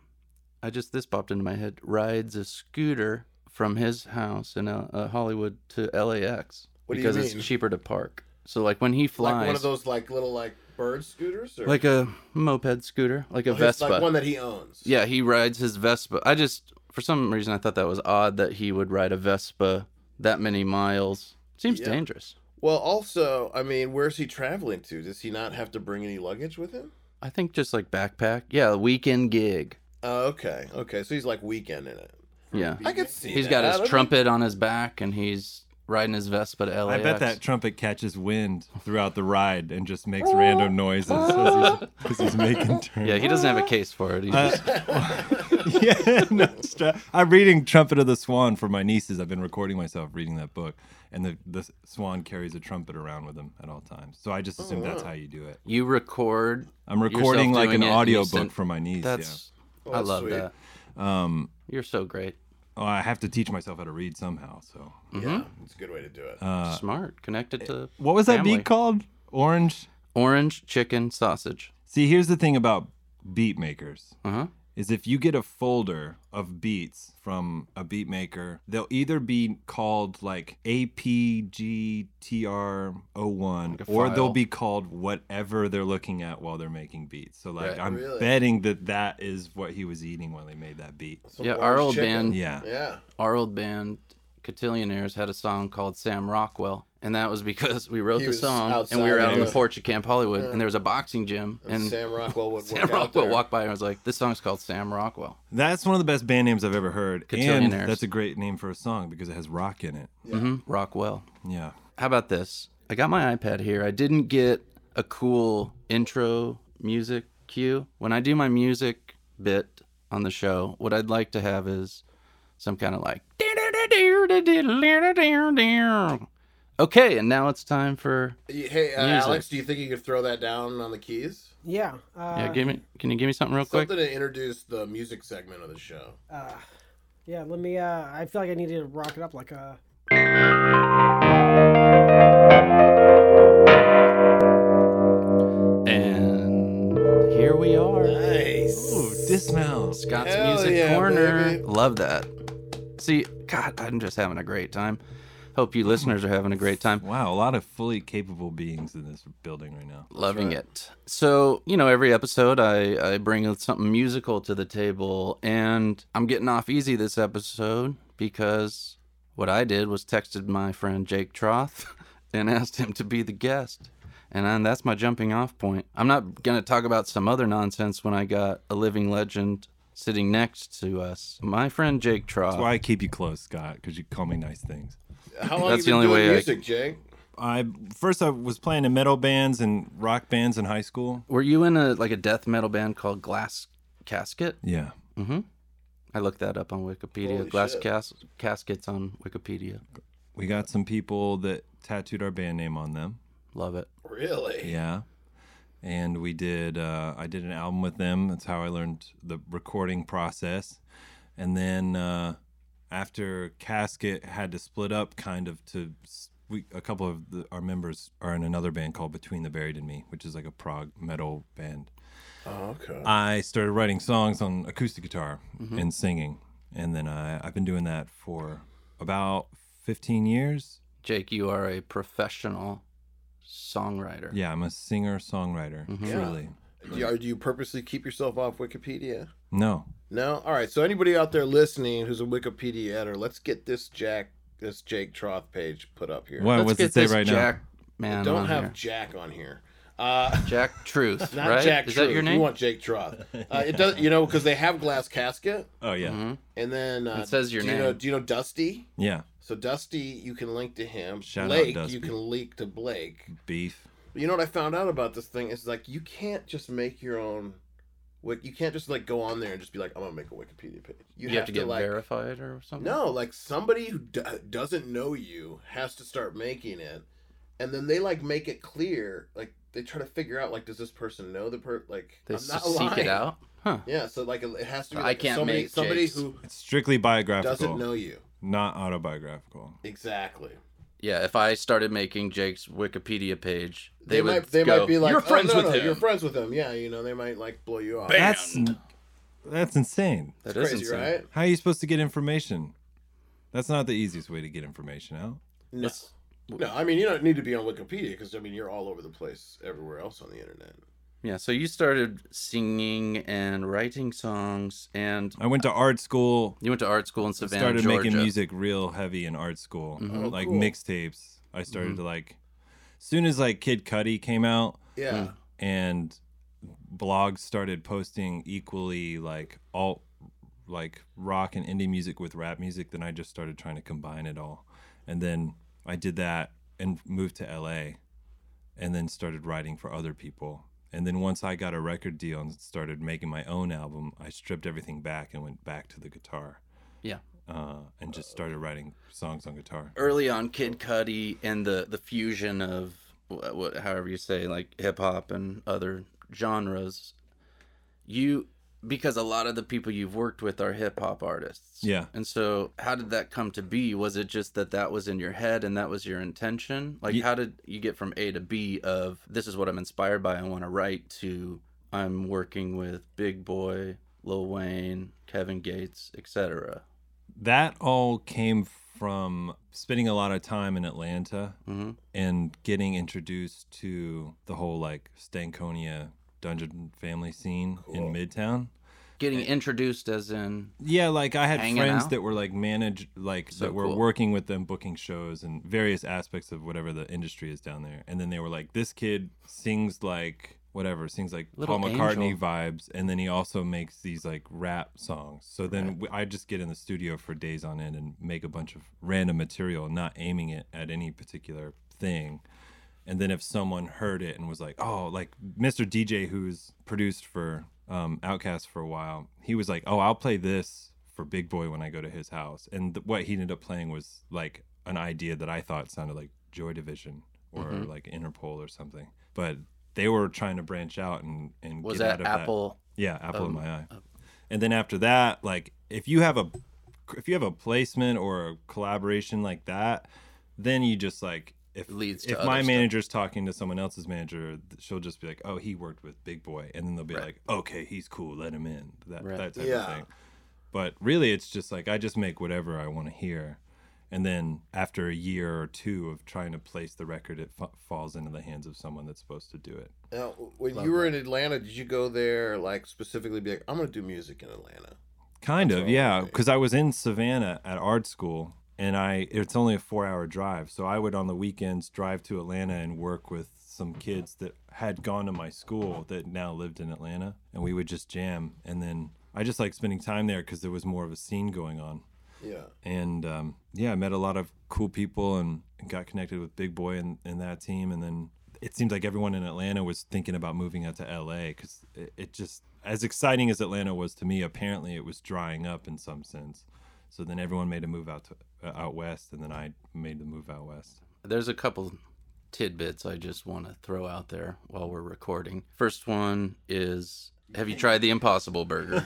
Speaker 2: I just this popped into my head, rides a scooter from his house in uh, uh, Hollywood to LAX
Speaker 3: What do you
Speaker 2: because
Speaker 3: mean?
Speaker 2: it's cheaper to park. So like when he flies,
Speaker 3: like one of those like little like bird scooters, or
Speaker 2: like a moped scooter, like a
Speaker 3: Oh, his-
Speaker 2: Vespa.
Speaker 3: like one that he owns.
Speaker 2: Yeah, he rides his Vespa. I just, for some reason, I thought that was odd that he would ride a Vespa that many miles. Seems
Speaker 3: Yeah.
Speaker 2: dangerous.
Speaker 3: Well, also, I mean, where's he traveling to? Does he not have to bring any luggage with him?
Speaker 2: I think just like backpack. Yeah, a weekend gig.
Speaker 3: Oh, okay, okay. So he's like weekend in it.
Speaker 2: Yeah.
Speaker 3: I could see.
Speaker 2: He's
Speaker 3: that.
Speaker 2: got
Speaker 3: I don't
Speaker 2: his trumpet on his back and he's riding his Vespa to LAX.
Speaker 5: I bet that trumpet catches wind throughout the ride and just makes random noises as he's, as he's making turns.
Speaker 2: Yeah, he doesn't have a case for it. He's
Speaker 5: Uh,
Speaker 2: just,
Speaker 5: yeah, no, it's tr- I'm reading Trumpet of the Swan for my nieces. I've been recording myself reading that book, and the, the s- swan carries a trumpet around with him at all times. So I just assume that's how you do it.
Speaker 2: you record.
Speaker 5: I'm
Speaker 2: Oh. yourself
Speaker 5: recording like
Speaker 2: doing
Speaker 5: an
Speaker 2: it and you
Speaker 5: audio book
Speaker 2: send-
Speaker 5: for my niece.
Speaker 2: That's, I
Speaker 3: that's
Speaker 2: love
Speaker 3: sweet.
Speaker 2: that. Um, You're so great.
Speaker 5: yeah. Oh, I have to teach myself how to read somehow. So
Speaker 2: Mm,
Speaker 3: Yeah,
Speaker 2: Mm-hmm.
Speaker 3: it's a good way to do it.
Speaker 2: Uh, Smart. Connected to.
Speaker 5: what was that
Speaker 2: family.
Speaker 5: beat called? Orange.
Speaker 2: Orange chicken sausage.
Speaker 5: See, here's the thing about beat makers.
Speaker 2: Uh huh.
Speaker 5: is if you get a folder of beats from a beat maker, they'll either be called like APGTR01
Speaker 2: Like a
Speaker 5: or they'll
Speaker 2: file.
Speaker 5: be called whatever they're looking at while they're making beats. So like
Speaker 3: Right.
Speaker 5: I'm
Speaker 3: Really?
Speaker 5: betting that that is what he was eating when they made that beat.
Speaker 3: Some
Speaker 2: yeah, our
Speaker 3: orange
Speaker 2: old
Speaker 3: chicken.
Speaker 2: band
Speaker 5: Yeah.
Speaker 3: Yeah.
Speaker 2: our old band Cotillionaires had a song called Sam Rockwell, and that was because we wrote
Speaker 3: He
Speaker 2: the
Speaker 3: was
Speaker 2: song
Speaker 3: outside
Speaker 2: and we were
Speaker 3: of
Speaker 2: out on the
Speaker 3: the-
Speaker 2: porch at Camp Hollywood, and there was a boxing gym,
Speaker 3: And
Speaker 2: and Sam,
Speaker 3: Sam Rockwell would work out
Speaker 2: Rockwell
Speaker 3: there.
Speaker 2: walked by and was like, "This song's called Sam Rockwell."
Speaker 5: That's one of the best band names I've ever heard. And
Speaker 2: Cotillionaires.
Speaker 5: that's a great name for a song because it has rock in it.
Speaker 2: hmm Rockwell.
Speaker 5: Yeah.
Speaker 2: How about this? I got my iPad here. I didn't get a cool intro music cue. When I do my music bit on the show, what I'd like to have is some kind of like. Okay, and now it's time for
Speaker 3: Y- Hey, uh,
Speaker 2: Music.
Speaker 3: Alex, do you think you could throw that down on the keys?
Speaker 4: Yeah. Uh,
Speaker 2: Yeah, give me. Can you give me something real quick?
Speaker 3: Something to introduce the music segment of the show.
Speaker 4: yeah, let me. Uh, I feel like I need to rock it up like a.
Speaker 2: And here we are,
Speaker 3: Nice.
Speaker 5: Ooh, dismount.
Speaker 2: Scott's
Speaker 3: Hell
Speaker 2: Music
Speaker 3: yeah,
Speaker 2: Corner.
Speaker 3: baby.
Speaker 2: Love that. See, God, I'm just having a great time. Hope you listeners are having a great time.
Speaker 5: Wow, a lot of fully capable beings in this building right now.
Speaker 2: Loving it. So, you know, every episode I, I bring something musical to the table, and I'm getting off easy this episode because what I did was texted my friend Jake Troth and asked him to be the guest. And I, that's my jumping off point. I'm not going to talk about some other nonsense when I got a living legend sitting next to us. My friend Jake Troth.
Speaker 5: That's why I keep you close, Scott, because you call me nice things.
Speaker 3: How long
Speaker 2: That's
Speaker 3: you
Speaker 2: the
Speaker 3: been
Speaker 2: only
Speaker 3: doing
Speaker 2: way I
Speaker 3: music, Jake?
Speaker 5: I first I was playing in metal bands and rock bands in high school.
Speaker 2: Were you in a like a death metal band called Glass Casket?
Speaker 5: Yeah,
Speaker 2: I looked that up on Wikipedia.
Speaker 3: Holy
Speaker 2: Glass
Speaker 3: shit.
Speaker 2: cas- caskets on Wikipedia.
Speaker 5: we got some people that tattooed our band name on them.
Speaker 2: Love it.
Speaker 3: Really?
Speaker 5: Yeah, and we did. Uh, I did an album with them. That's how I learned the recording process. And then uh, after Casket had to split up, kind of to s- we a couple of the, our members are in another band called Between the Buried and Me, which is like a prog metal band.
Speaker 3: Oh, okay.
Speaker 5: I started writing songs on acoustic guitar and singing, and then I, I've been doing that for about 15 years.
Speaker 2: Jake, you are a professional songwriter.
Speaker 5: Yeah, I'm a singer songwriter. Truly.
Speaker 3: Do you, do you purposely keep yourself off Wikipedia?
Speaker 5: No.
Speaker 3: No. All right. So anybody out there listening who's a Wikipedia editor, let's get this Jack, this Jake Troth page put up here.
Speaker 5: What?
Speaker 2: Let's
Speaker 5: What's
Speaker 2: get
Speaker 5: it say
Speaker 2: this
Speaker 5: right
Speaker 2: Jack man
Speaker 3: Don't
Speaker 2: on
Speaker 3: have
Speaker 2: here.
Speaker 3: Jack on here. Uh,
Speaker 2: Jack Truth,
Speaker 3: not
Speaker 2: right?
Speaker 3: Jack.
Speaker 2: Is
Speaker 3: Troth.
Speaker 2: that your name?
Speaker 3: You want Jake Troth? Uh, it does. You know, because they have glass casket,
Speaker 5: now? Oh yeah.
Speaker 2: Mm-hmm.
Speaker 3: and then uh,
Speaker 2: It says your
Speaker 3: do You know,
Speaker 2: name.
Speaker 3: do you know Dusty?
Speaker 5: Yeah.
Speaker 3: So Dusty, you can link to him.
Speaker 5: Shout out
Speaker 3: Blake,
Speaker 5: Dusty.
Speaker 3: you can link to Blake.
Speaker 5: Beef.
Speaker 3: You know what I found out about this thing is like you can't just make your own. Wik- You can't just like go on there and just be like, I'm gonna make a Wikipedia page.
Speaker 2: You, have, to get
Speaker 3: like,
Speaker 2: verified or something.
Speaker 3: No, like somebody who d- doesn't know you has to start making it, and then they like make it clear. Like they try to figure out like, does this person know the per? Like
Speaker 2: they
Speaker 3: I'm not
Speaker 2: s- seek
Speaker 3: lying.
Speaker 2: it out. Huh?
Speaker 3: Yeah, so like it it has to be.
Speaker 2: I
Speaker 3: like,
Speaker 2: can't
Speaker 3: somebody,
Speaker 2: make
Speaker 3: somebody
Speaker 2: Jake's.
Speaker 3: who
Speaker 5: It's strictly biographical,
Speaker 3: doesn't know you
Speaker 5: not autobiographical.
Speaker 3: exactly.
Speaker 2: Yeah. If I started making Jake's Wikipedia page, they,
Speaker 3: They,
Speaker 2: would
Speaker 3: might they
Speaker 2: go,
Speaker 3: might be like,
Speaker 2: "You're
Speaker 3: "Oh,
Speaker 2: friends
Speaker 3: no,
Speaker 2: with
Speaker 3: no,
Speaker 2: him."
Speaker 3: You're friends with him. Yeah, you know they might like blow you off.
Speaker 5: That's that's insane.
Speaker 2: That is
Speaker 3: Crazy,
Speaker 2: insane.
Speaker 3: right?
Speaker 5: How are you supposed to get information? That's not the easiest way to get information out.
Speaker 3: No. No, I mean you don't need to be on Wikipedia because I mean you're all over the place everywhere else on the internet.
Speaker 2: Yeah. So you started singing and writing songs, and
Speaker 5: I went to art school,
Speaker 2: you went to art school in Savannah,
Speaker 5: started
Speaker 2: Georgia.
Speaker 5: making music real heavy in art school,
Speaker 3: Oh,
Speaker 5: like
Speaker 3: cool.
Speaker 5: mixtapes. I started to like, soon as like Kid Cudi came out
Speaker 3: Yeah,
Speaker 5: and blogs started posting equally like alt, like rock and indie music with rap music, then I just started trying to combine it all, and then I did that and moved to LA, and then started writing for other people. And then once I got a record deal and started making my own album, I stripped everything back and went back to the guitar.
Speaker 2: Yeah.
Speaker 5: uh, and just started writing songs on guitar.
Speaker 2: early on Kid Cudi and the the fusion of what, what however you say like hip hop and other genres. You because a lot of the people you've worked with are hip hop artists.
Speaker 5: Yeah.
Speaker 2: And so how did that come to be? Was it just that that was in your head and that was your intention? Like
Speaker 5: Ye-
Speaker 2: how did you get from A to B of this is what I'm inspired by I want to write to I'm working with Big Boy, Lil Wayne, Kevin Gates, etc.
Speaker 5: That all came from spending a lot of time in Atlanta
Speaker 2: Mhm.
Speaker 5: and getting introduced to the whole like Stankonia dungeon family scene in Midtown.
Speaker 2: Getting introduced as in
Speaker 5: Yeah, like I had
Speaker 2: Hanging
Speaker 5: friends
Speaker 2: out?
Speaker 5: that were like manage like
Speaker 2: So
Speaker 5: that were
Speaker 2: cool.
Speaker 5: working with them booking shows and various aspects of whatever the industry is down there. And then they were like this kid sings like whatever, sings like
Speaker 2: Little
Speaker 5: Paul McCartney
Speaker 2: angel.
Speaker 5: vibes and then he also makes these like rap songs. So then w I I just get in the studio for days on end and make a bunch of random material, not aiming it at any particular thing. And then if someone heard it and was like, "Oh, like Mr. DJ, who's produced for um, Outcast for a while, he was like, "Oh, I'll play this for Big Boy when I go to his house." And th- what he ended up playing was like an idea that I thought sounded like Joy Division or
Speaker 2: Mm-hmm.
Speaker 5: like Interpol or something. But they were trying to branch out and and
Speaker 2: was
Speaker 5: get out
Speaker 2: that
Speaker 5: of
Speaker 2: Apple
Speaker 5: That. Yeah, Apple
Speaker 2: Um,
Speaker 5: in my
Speaker 2: uh,
Speaker 5: eye. and then after that, like if you have a if you have a placement or a collaboration like that, then you just like if
Speaker 2: Leads to
Speaker 5: if
Speaker 2: other
Speaker 5: my
Speaker 2: stuff.
Speaker 5: manager's talking to someone else's manager, th- she'll just be like, "Oh, he worked with Big Boy," and then they'll be like, "Okay, he's cool, let him in." That
Speaker 2: Right.
Speaker 5: that type
Speaker 3: Yeah.
Speaker 5: of thing. But really, it's just like I just make whatever I want to hear, and then after a year or two of trying to place the record, it fa- falls into the hands of someone that's supposed to do it.
Speaker 3: Now, when you were in Atlanta, did you go there like specifically be like, I'm gonna do music in Atlanta?
Speaker 5: Kind
Speaker 3: That's
Speaker 5: of,
Speaker 3: all
Speaker 5: yeah.
Speaker 3: right.
Speaker 5: Because I was in Savannah at art school, and I it's only a four hour drive, so I would on the weekends drive to Atlanta and work with some kids that had gone to my school that now lived in Atlanta, and we would just jam. And then I just like spending time there because there was more of a scene going on.
Speaker 3: Yeah.
Speaker 5: And um, yeah, I met a lot of cool people and, and got connected with Big Boy and, and that team. And then it seems like everyone in Atlanta was thinking about moving out to LA because it, it just, as exciting as Atlanta was to me, apparently it was drying up in some sense. So then everyone made a move out to uh, out west, and then I made the move out west.
Speaker 2: There's a couple tidbits I just want to throw out there while we're recording. First one is have you tried the Impossible Burger?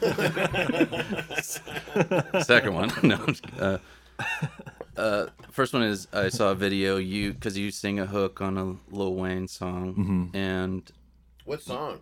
Speaker 2: Second one, no. I'm just- Uh, uh, first one is I saw a video you because you sing a hook on a Lil Wayne song,
Speaker 5: Mm-hmm.
Speaker 2: and
Speaker 3: What
Speaker 5: Hmm.
Speaker 3: song?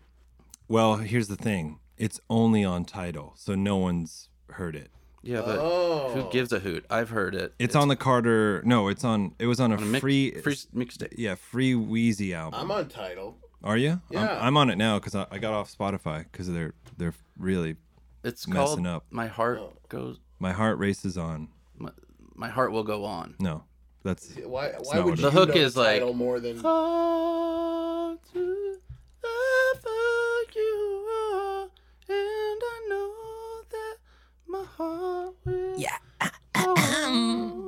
Speaker 5: Well, here's the thing it's only on title, so no one's heard it.
Speaker 2: Yeah, but
Speaker 3: Oh,
Speaker 2: who gives a hoot? I've heard it.
Speaker 5: It's, on the Carter. No, it's on. It was on a
Speaker 2: a mix-
Speaker 5: free,
Speaker 2: free s- mixtape.
Speaker 5: yeah, free Wheezy album.
Speaker 3: I'm untitled.
Speaker 5: Are you?
Speaker 3: Yeah.
Speaker 5: I'm, I'm on it now because I, I got off Spotify because they're they're really
Speaker 2: It's
Speaker 5: Messing
Speaker 2: called
Speaker 5: up.
Speaker 2: My Heart Goes.
Speaker 5: my heart races on.
Speaker 2: My, my heart will go on.
Speaker 5: No, that's
Speaker 3: Why?
Speaker 5: It's
Speaker 3: Why
Speaker 5: not
Speaker 3: would
Speaker 5: what it
Speaker 3: you
Speaker 5: is.
Speaker 2: The hook
Speaker 3: know
Speaker 2: is like-
Speaker 3: title more than
Speaker 2: All to ever you are, and I know that my heart will. Yeah.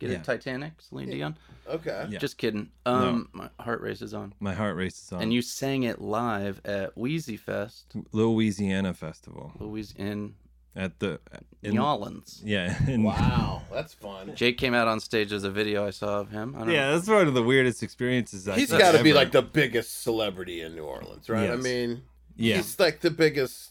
Speaker 2: Get
Speaker 5: Yeah.
Speaker 2: it, Titanic, Celine Dion.
Speaker 3: okay?
Speaker 5: Yeah.
Speaker 2: Just kidding. Um, my heart races on.
Speaker 5: my heart races on.
Speaker 2: And you sang it live at Wheezy Fest,
Speaker 5: Mm. Louisiana Festival
Speaker 2: Louis in
Speaker 5: at the in,
Speaker 2: New Orleans.
Speaker 5: yeah in,
Speaker 3: Wow, that's fun.
Speaker 2: Jake came out on stage. There's a video I saw of him. I don't
Speaker 5: yeah. That's one of the weirdest experiences. I've
Speaker 3: He's got to be
Speaker 5: ever-
Speaker 3: like the biggest celebrity in New Orleans, right? I
Speaker 5: Yes.
Speaker 3: mean,
Speaker 5: yeah.
Speaker 3: he's like the biggest.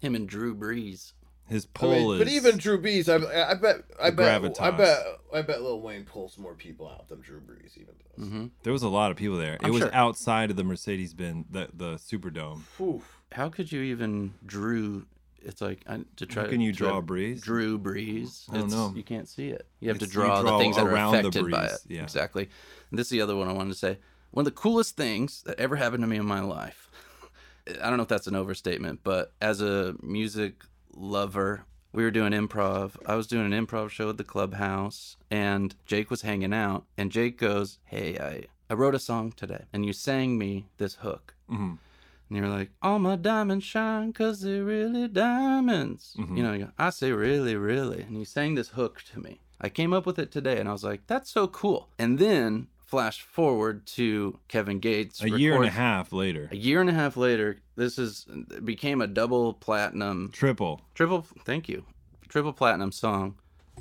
Speaker 2: him and Drew Brees.
Speaker 5: His
Speaker 3: I
Speaker 5: poll
Speaker 3: mean,
Speaker 5: is.
Speaker 3: but even Drew Brees, I, I bet, I bet, I
Speaker 5: Gravitas.
Speaker 3: bet, I bet Lil Wayne pulls more people out than Drew Brees even does.
Speaker 5: there was a lot of people there.
Speaker 2: I'm
Speaker 5: it was
Speaker 2: sure.
Speaker 5: outside of the Mercedes Benz, the the Superdome.
Speaker 3: Oof.
Speaker 2: How could you even Drew? It's like I, to try.
Speaker 5: can you
Speaker 2: to-
Speaker 5: draw a breeze?
Speaker 2: Drew Brees.
Speaker 5: I don't
Speaker 2: it's,
Speaker 5: know.
Speaker 2: You can't see it. You have
Speaker 5: It's-
Speaker 2: to
Speaker 5: you
Speaker 2: draw,
Speaker 5: draw
Speaker 2: the things that
Speaker 5: around
Speaker 2: are
Speaker 5: the
Speaker 2: affected by it.
Speaker 5: breeze, yeah.
Speaker 2: Exactly. And this is the other one I wanted to say. One of the coolest things that ever happened to me in my life. I don't know if that's an overstatement, but as a music lover, we were doing improv. I was doing an improv show at the clubhouse, and Jake was hanging out. And Jake goes, "Hey, I I wrote a song today, and you sang me this hook."
Speaker 5: Mm-hmm.
Speaker 2: And you're like, all my diamonds shine because they're really diamonds.
Speaker 5: Mm-hmm.
Speaker 2: You know, you go, I say really, really. And you sang this hook to me. I came up with it today and I was like, that's so cool. And then flash forward to Kevin Gates.
Speaker 5: A year and a
Speaker 2: record-
Speaker 5: half later,
Speaker 2: A year and a half later, this is became a double platinum,
Speaker 5: triple.
Speaker 2: triple, thank you, triple platinum song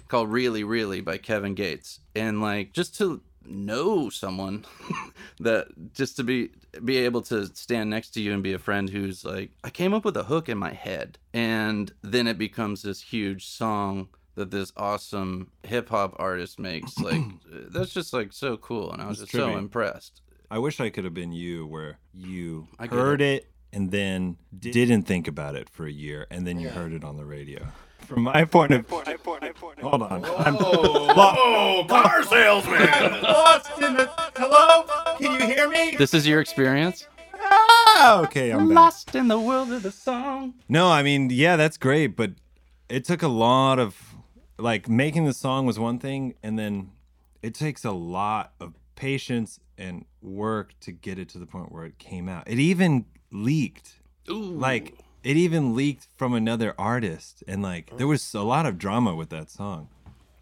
Speaker 2: called Really, Really by Kevin Gates. And like, just to know someone that just to be be able to stand next to you and be a friend who's like I came up with a hook in my head and then it becomes this huge song that this awesome hip hop artist makes like that's just like so cool and I was
Speaker 5: It's
Speaker 2: just so
Speaker 5: trippy.
Speaker 2: impressed.
Speaker 5: I wish I could have been you, where you
Speaker 2: I get
Speaker 5: heard it. and then didn't think about it for a year, and then you heard it on the radio. From my point of view, hold on, I'm
Speaker 1: Oh, car salesman!
Speaker 5: lost in the hello. Can you hear me?
Speaker 2: This is your experience?
Speaker 5: Ah, okay, I'm back.
Speaker 2: Lost in the world of the song.
Speaker 5: No, I mean, yeah, that's great, but it took a lot of like making the song was one thing, and then it takes a lot of patience and work to get it to the point where it came out. It even leaked. Like it even leaked from another artist, and like there was a lot of drama with that song.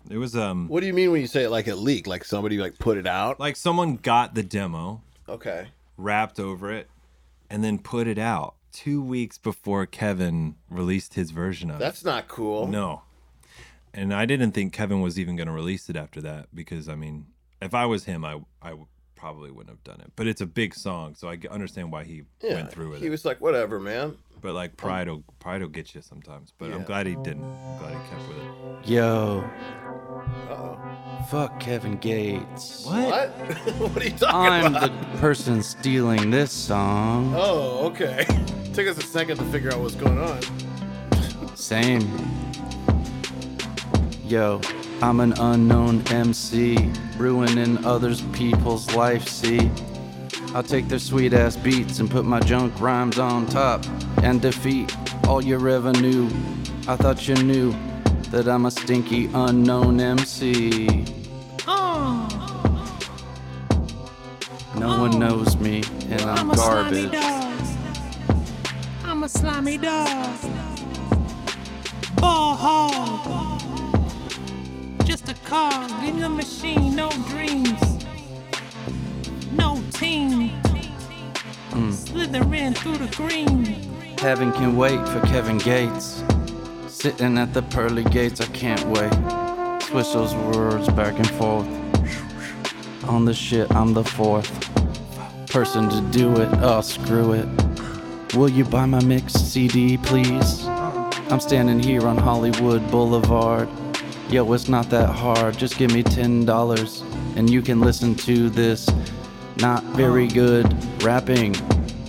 Speaker 5: It was um
Speaker 3: What do you mean when you say it like it leaked? Like somebody like put it out?
Speaker 5: like someone got the demo,
Speaker 3: Okay.
Speaker 5: rapped over it, and then put it out two weeks before Kevin released his version of it.
Speaker 3: That's not cool.
Speaker 5: No. And I didn't think Kevin was even going to release it after that because I mean, if I was him, I I w- probably wouldn't have done it. But it's a big song, so I g- understand why he
Speaker 3: Yeah.
Speaker 5: went through with
Speaker 3: he
Speaker 5: it.
Speaker 3: was like, whatever, man.
Speaker 5: But like pride will pride will get you sometimes. But I'm
Speaker 3: Yeah.
Speaker 5: glad he didn't. I'm glad he kept with it.
Speaker 2: Yo,
Speaker 3: Uh-oh.
Speaker 2: fuck Kevin Gates.
Speaker 3: What? what are you talking
Speaker 2: I'm
Speaker 3: about?
Speaker 2: the person stealing this song.
Speaker 3: Oh, okay. Took us a second to figure out what's going on.
Speaker 2: Same. Yo, I'm an unknown MC, ruining others people's life, see. I'll take their sweet ass beats and put my junk rhymes on top and defeat all your revenue. I thought you knew that I'm a stinky unknown MC.
Speaker 6: Oh,
Speaker 2: No one knows me, and I'm
Speaker 6: I'm a slimy
Speaker 2: garbage.
Speaker 6: dog. I'm a slimy dog. Ball hog. Just a cog in the machine, no dreams. No team.
Speaker 2: Hmm.
Speaker 6: Slithering through the green.
Speaker 2: Heaven can wait for Kevin Gates. Sitting at the pearly gates, I can't wait. Switch those words back and forth. On the shit, I'm the fourth person to do it. Oh, screw it. Will you buy my mixed CD, please? I'm standing here on Hollywood Boulevard. Yo, it's not that hard. Just give me $10 and you can listen to this not very good rapping.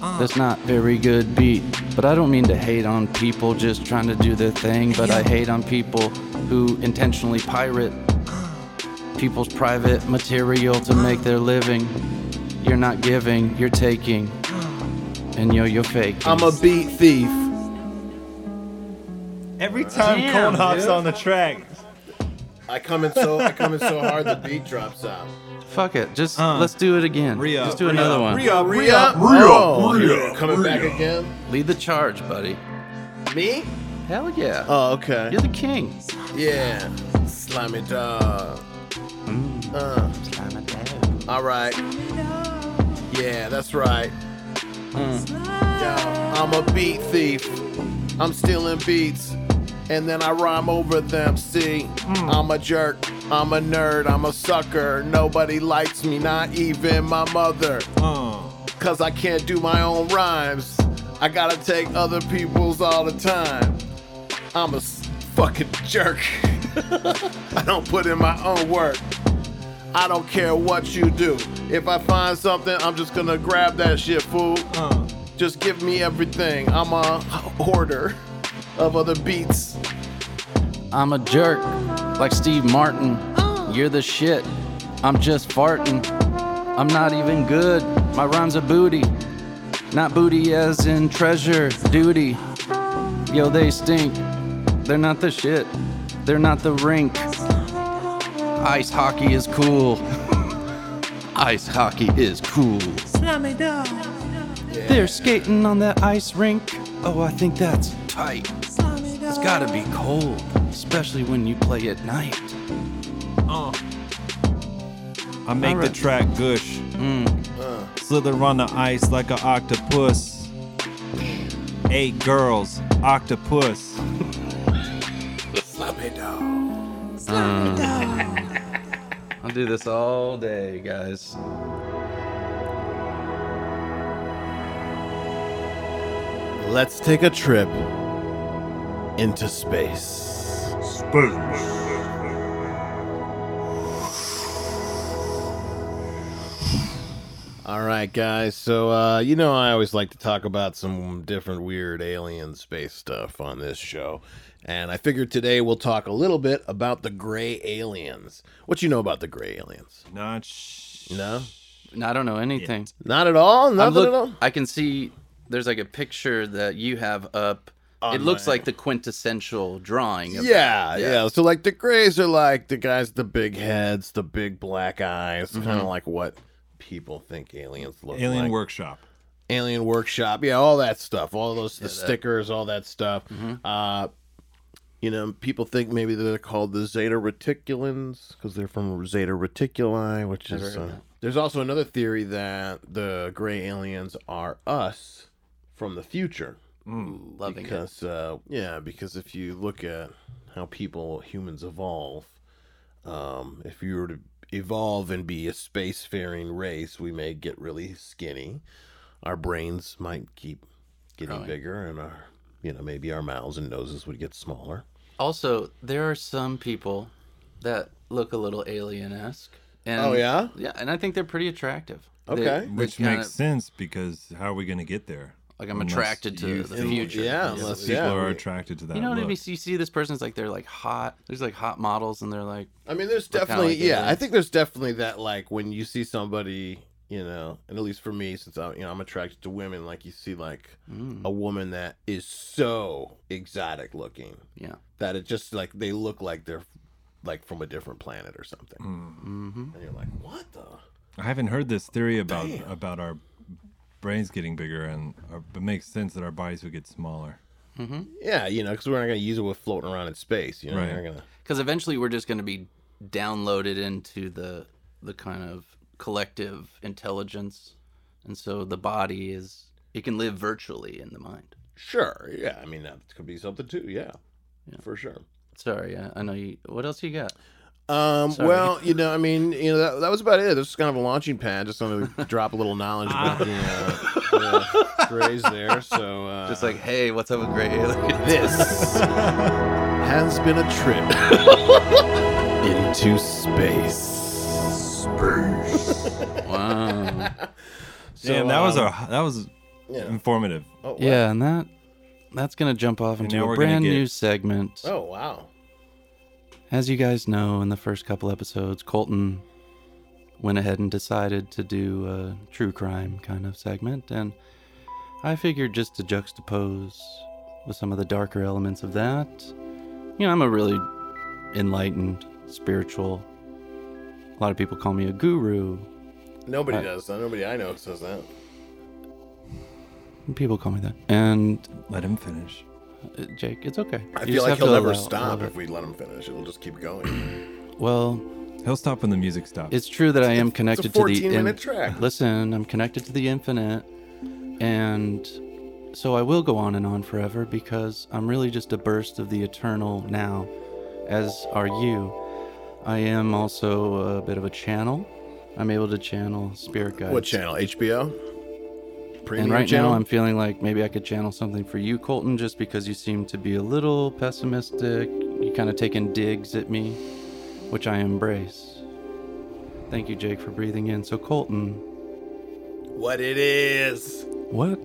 Speaker 2: That's not very good beat. But I don't mean to hate on people just trying to do their thing, but I hate on people who intentionally pirate people's private material to make their living. You're not giving, you're taking. And yo, you're fake.
Speaker 3: I'm a beat thief.
Speaker 5: Every time
Speaker 4: Damn,
Speaker 5: Cone Hop's
Speaker 4: dude.
Speaker 5: on the track,
Speaker 3: I come in so I come in so hard the beat drops out.
Speaker 2: Fuck it. Just
Speaker 5: Uh,
Speaker 2: let's do it again.
Speaker 5: re-up,
Speaker 2: Let's do
Speaker 5: re-up,
Speaker 2: another one.
Speaker 3: Rhea, Rhea,
Speaker 1: re-up, re-up,
Speaker 3: coming back
Speaker 1: re-up.
Speaker 3: again.
Speaker 2: Lead the charge, buddy.
Speaker 3: Me?
Speaker 2: Hell yeah.
Speaker 3: Oh, okay.
Speaker 2: You're the king.
Speaker 3: Yeah. Slimy dog. Uh, all right.
Speaker 2: Hmm.
Speaker 3: Yeah, that's right. Yo, I'm a beat thief. I'm stealing beats. And then I rhyme over them. See, I'm a jerk. I'm a nerd. I'm a sucker. Nobody likes me, not even my mother.
Speaker 5: oh,
Speaker 3: Cause I can't do my own rhymes. I gotta take other people's all the time. I'm a s- fucking jerk. I don't put in my own work. I don't care what you do. If I find something, I'm just gonna grab that shit, fool.
Speaker 5: oh.
Speaker 3: Just give me everything. I'm a hoarder of other beats.
Speaker 2: I'm a jerk, like Steve Martin. You're the shit. I'm just farting. I'm not even good. My rhymes are booty. Not booty as in treasure, duty. Yo, they stink. They're not the shit. They're not the rink. Ice hockey is cool. Ice hockey is cool.
Speaker 6: Slimy dog.
Speaker 2: They're skating on that ice rink. Oh, I think that's tight.
Speaker 6: Slimy dog.
Speaker 2: It's gotta be cold, especially when you play at night.
Speaker 5: I make the
Speaker 2: Alright.
Speaker 5: track gush.
Speaker 3: Mm.
Speaker 5: Slither on the ice like an octopus. Eight girls, octopus.
Speaker 3: Sloppy dog.
Speaker 2: hmm.
Speaker 6: Slimy dog.
Speaker 2: I'll do this all day, guys.
Speaker 3: Let's take a trip into space. All right, guys. So, uh, you know, I always like to talk about some different weird alien space stuff on this show. And I figured today we'll talk a little bit about the gray aliens. What you know about the gray aliens?
Speaker 5: Not sh-
Speaker 3: No?
Speaker 2: I don't know anything.
Speaker 3: Not at all?
Speaker 2: I'm
Speaker 3: Nothing
Speaker 2: look-
Speaker 3: at all?
Speaker 2: I can see there's like a picture that you have up. it looks like the quintessential drawing. Of
Speaker 3: Yeah, yeah,
Speaker 2: Yeah.
Speaker 3: So like the Greys are like the guys, with the big heads, the big black eyes, kind of like what people think aliens look
Speaker 5: Alien
Speaker 3: like.
Speaker 5: Workshop.
Speaker 3: Alien Workshop, yeah, all that stuff, all those the stickers, all that stuff.
Speaker 2: Mm-hmm.
Speaker 3: Uh, you know, people think maybe they're called the Zeta Reticulans because they're from Zeta Reticuli, which is. Uh, there's also another theory that the gray aliens are us from the future
Speaker 2: Mm, loving it.
Speaker 3: because uh, yeah, because if you look at how people humans evolve, um, if you were to evolve and be a spacefaring race, we may get really skinny. Our brains might keep getting
Speaker 2: Growing.
Speaker 3: bigger, and our you know maybe our mouths and noses would get smaller.
Speaker 2: Also, there are some people that look a little alien-esque. And,
Speaker 3: Oh, yeah?
Speaker 2: yeah, and I think they're pretty attractive. They-
Speaker 3: Okay.
Speaker 2: they
Speaker 5: Which
Speaker 2: kinda-
Speaker 5: makes sense because how are we going to get there?
Speaker 2: Like I'm
Speaker 5: Unless
Speaker 2: attracted to
Speaker 5: you
Speaker 2: the
Speaker 5: think-
Speaker 2: future.
Speaker 3: Yeah,
Speaker 2: Yes.
Speaker 3: unless
Speaker 5: People
Speaker 3: yeah.
Speaker 5: are
Speaker 3: we-
Speaker 5: attracted to that.
Speaker 2: You know what I
Speaker 5: look.
Speaker 2: mean? So you see this person's like they're like hot. There's like hot models, and they're like,
Speaker 3: I mean, there's
Speaker 2: We're kinda
Speaker 3: definitely,
Speaker 2: like
Speaker 3: yeah, I
Speaker 2: aliens.
Speaker 3: think there's definitely that, like, when you see somebody, you know, and at least for me, since I'm, you know, I'm attracted to women, like, you see, like,
Speaker 2: Mm.
Speaker 3: a woman that is so exotic looking
Speaker 2: yeah,
Speaker 3: that it just, like, they look like they're, like, from a different planet or something.
Speaker 2: Mm.
Speaker 3: And you're like, what the?
Speaker 2: Mm-hmm.
Speaker 5: I haven't heard this theory about about our brains getting bigger, and our, it makes sense that our bodies would get smaller.
Speaker 3: Yeah, you know, because we're not going to use it with floating around in space, you know,
Speaker 5: Right.
Speaker 3: we're going to.
Speaker 2: because eventually we're just going to be downloaded into the the kind of collective intelligence and so the body is it can live virtually in the mind
Speaker 3: Sure, yeah. I mean, that could be something too, yeah, for sure.
Speaker 2: sorry i, I know you what else you got
Speaker 3: Um,
Speaker 2: Sorry.
Speaker 3: well, you know, I mean, you know, that, that was about it. This is kind of a launching pad, just going to drop a little knowledge about the, uh, the grays there. So, uh,
Speaker 2: just like hey what's up with gray aliens
Speaker 3: this has been a trip into space.
Speaker 2: wow
Speaker 3: So,
Speaker 5: Damn, that was
Speaker 3: um,
Speaker 5: our that was
Speaker 3: yeah.
Speaker 5: informative.
Speaker 3: Oh, wow.
Speaker 2: yeah and that that's going to jump off into
Speaker 5: now
Speaker 2: a
Speaker 5: we're gonna
Speaker 2: brand
Speaker 5: get-
Speaker 2: new segment.
Speaker 3: Oh wow.
Speaker 2: As you guys know, in the first couple episodes, Colton went ahead and decided to do a true crime kind of segment, and I figured just to juxtapose with some of the darker elements of that, you know, I'm a really enlightened, spiritual. A lot of people call me a guru. Uh,
Speaker 3: Nobody does that. Nobody I know says that.
Speaker 2: People call me that. And
Speaker 5: Let him finish.
Speaker 2: uh, Jake, it's okay.
Speaker 3: I
Speaker 2: You
Speaker 3: feel
Speaker 2: just
Speaker 3: like
Speaker 2: have to
Speaker 3: he'll never
Speaker 2: allow-
Speaker 3: stop
Speaker 2: allow
Speaker 3: if we let him finish. It'll just keep going.
Speaker 2: it. Well,
Speaker 5: He'll stop when the music stops.
Speaker 2: It's true that I am connected to the
Speaker 3: 14 minute track.
Speaker 2: Listen, I'm connected to the infinite, and so I will go on and on forever because I'm really just a burst of the eternal now, as are you. I am also a bit of a channel. I'm able to channel spirit guides.
Speaker 3: What channel? HBO. Premium
Speaker 2: And right
Speaker 3: channel.
Speaker 2: now, I'm feeling like maybe I could channel something for you, Colton, just because you seem to be a little pessimistic. You kind of taking digs at me, which I embrace. Thank you, Jake, for breathing in. So, Colton,
Speaker 3: What it is?
Speaker 2: what?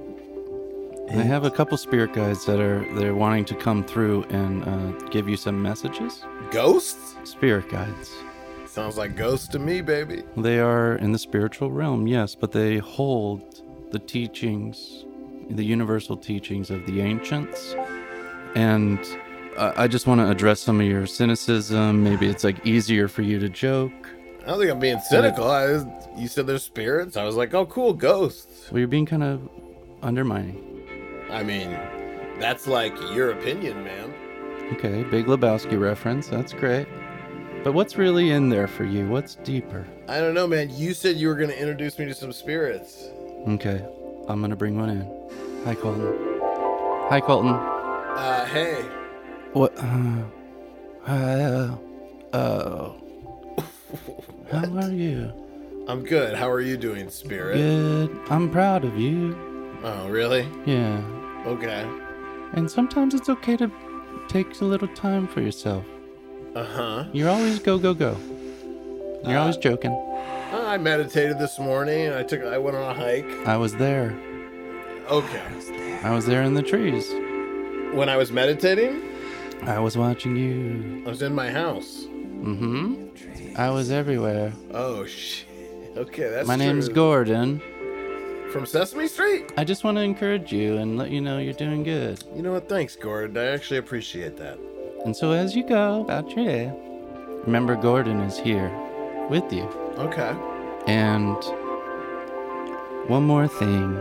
Speaker 2: I have a couple spirit guides that are they're wanting to come through and uh, give you some messages.
Speaker 3: Ghosts?
Speaker 2: Spirit guides.
Speaker 3: Sounds like ghosts to me, baby.
Speaker 2: They are in the spiritual realm, yes, but they hold the teachings, the universal teachings of the ancients. And I I just want to address some of your cynicism. Maybe it's like easier for you to joke.
Speaker 3: I don't think I'm being cynical. I, you said there's spirits. I was like, oh, cool, ghosts.
Speaker 2: Well, you're being kind of undermining.
Speaker 3: I mean, that's like your opinion, man.
Speaker 2: Okay, big Lebowski reference. That's great. But what's really in there for you? What's deeper?
Speaker 3: I don't know, man. You said you were going to introduce me to some spirits.
Speaker 2: Okay, I'm going to bring one in. Hi, Colton. Hi, Colton.
Speaker 3: Uh, hey,
Speaker 2: What? Uh, uh, oh. How are you?
Speaker 3: I'm good. How are you doing, spirit?
Speaker 2: Good. I'm proud of you.
Speaker 3: Oh, really?
Speaker 2: Yeah.
Speaker 3: Okay.
Speaker 2: And sometimes it's okay to take a little time for yourself.
Speaker 3: Uh huh.
Speaker 2: You're always go, go, go. You're
Speaker 3: Uh.
Speaker 2: always joking.
Speaker 3: I meditated this morning. and I took. I went on a hike.
Speaker 2: I was there.
Speaker 3: Okay.
Speaker 2: I was there in the trees.
Speaker 3: When I was meditating,
Speaker 2: I was watching you.
Speaker 3: I was in my house.
Speaker 2: Mm hmm. I was everywhere.
Speaker 3: Oh shit. Okay, Mm-hmm. that's
Speaker 2: My name's
Speaker 3: true.
Speaker 2: Gordon.
Speaker 3: From Sesame Street.
Speaker 2: I just want to encourage you and let you know you're doing good.
Speaker 3: You know what? Thanks, Gordon. I actually appreciate that.
Speaker 2: And so as you go about your day, remember Gordon is here with you.
Speaker 3: Okay.
Speaker 2: And one more thing.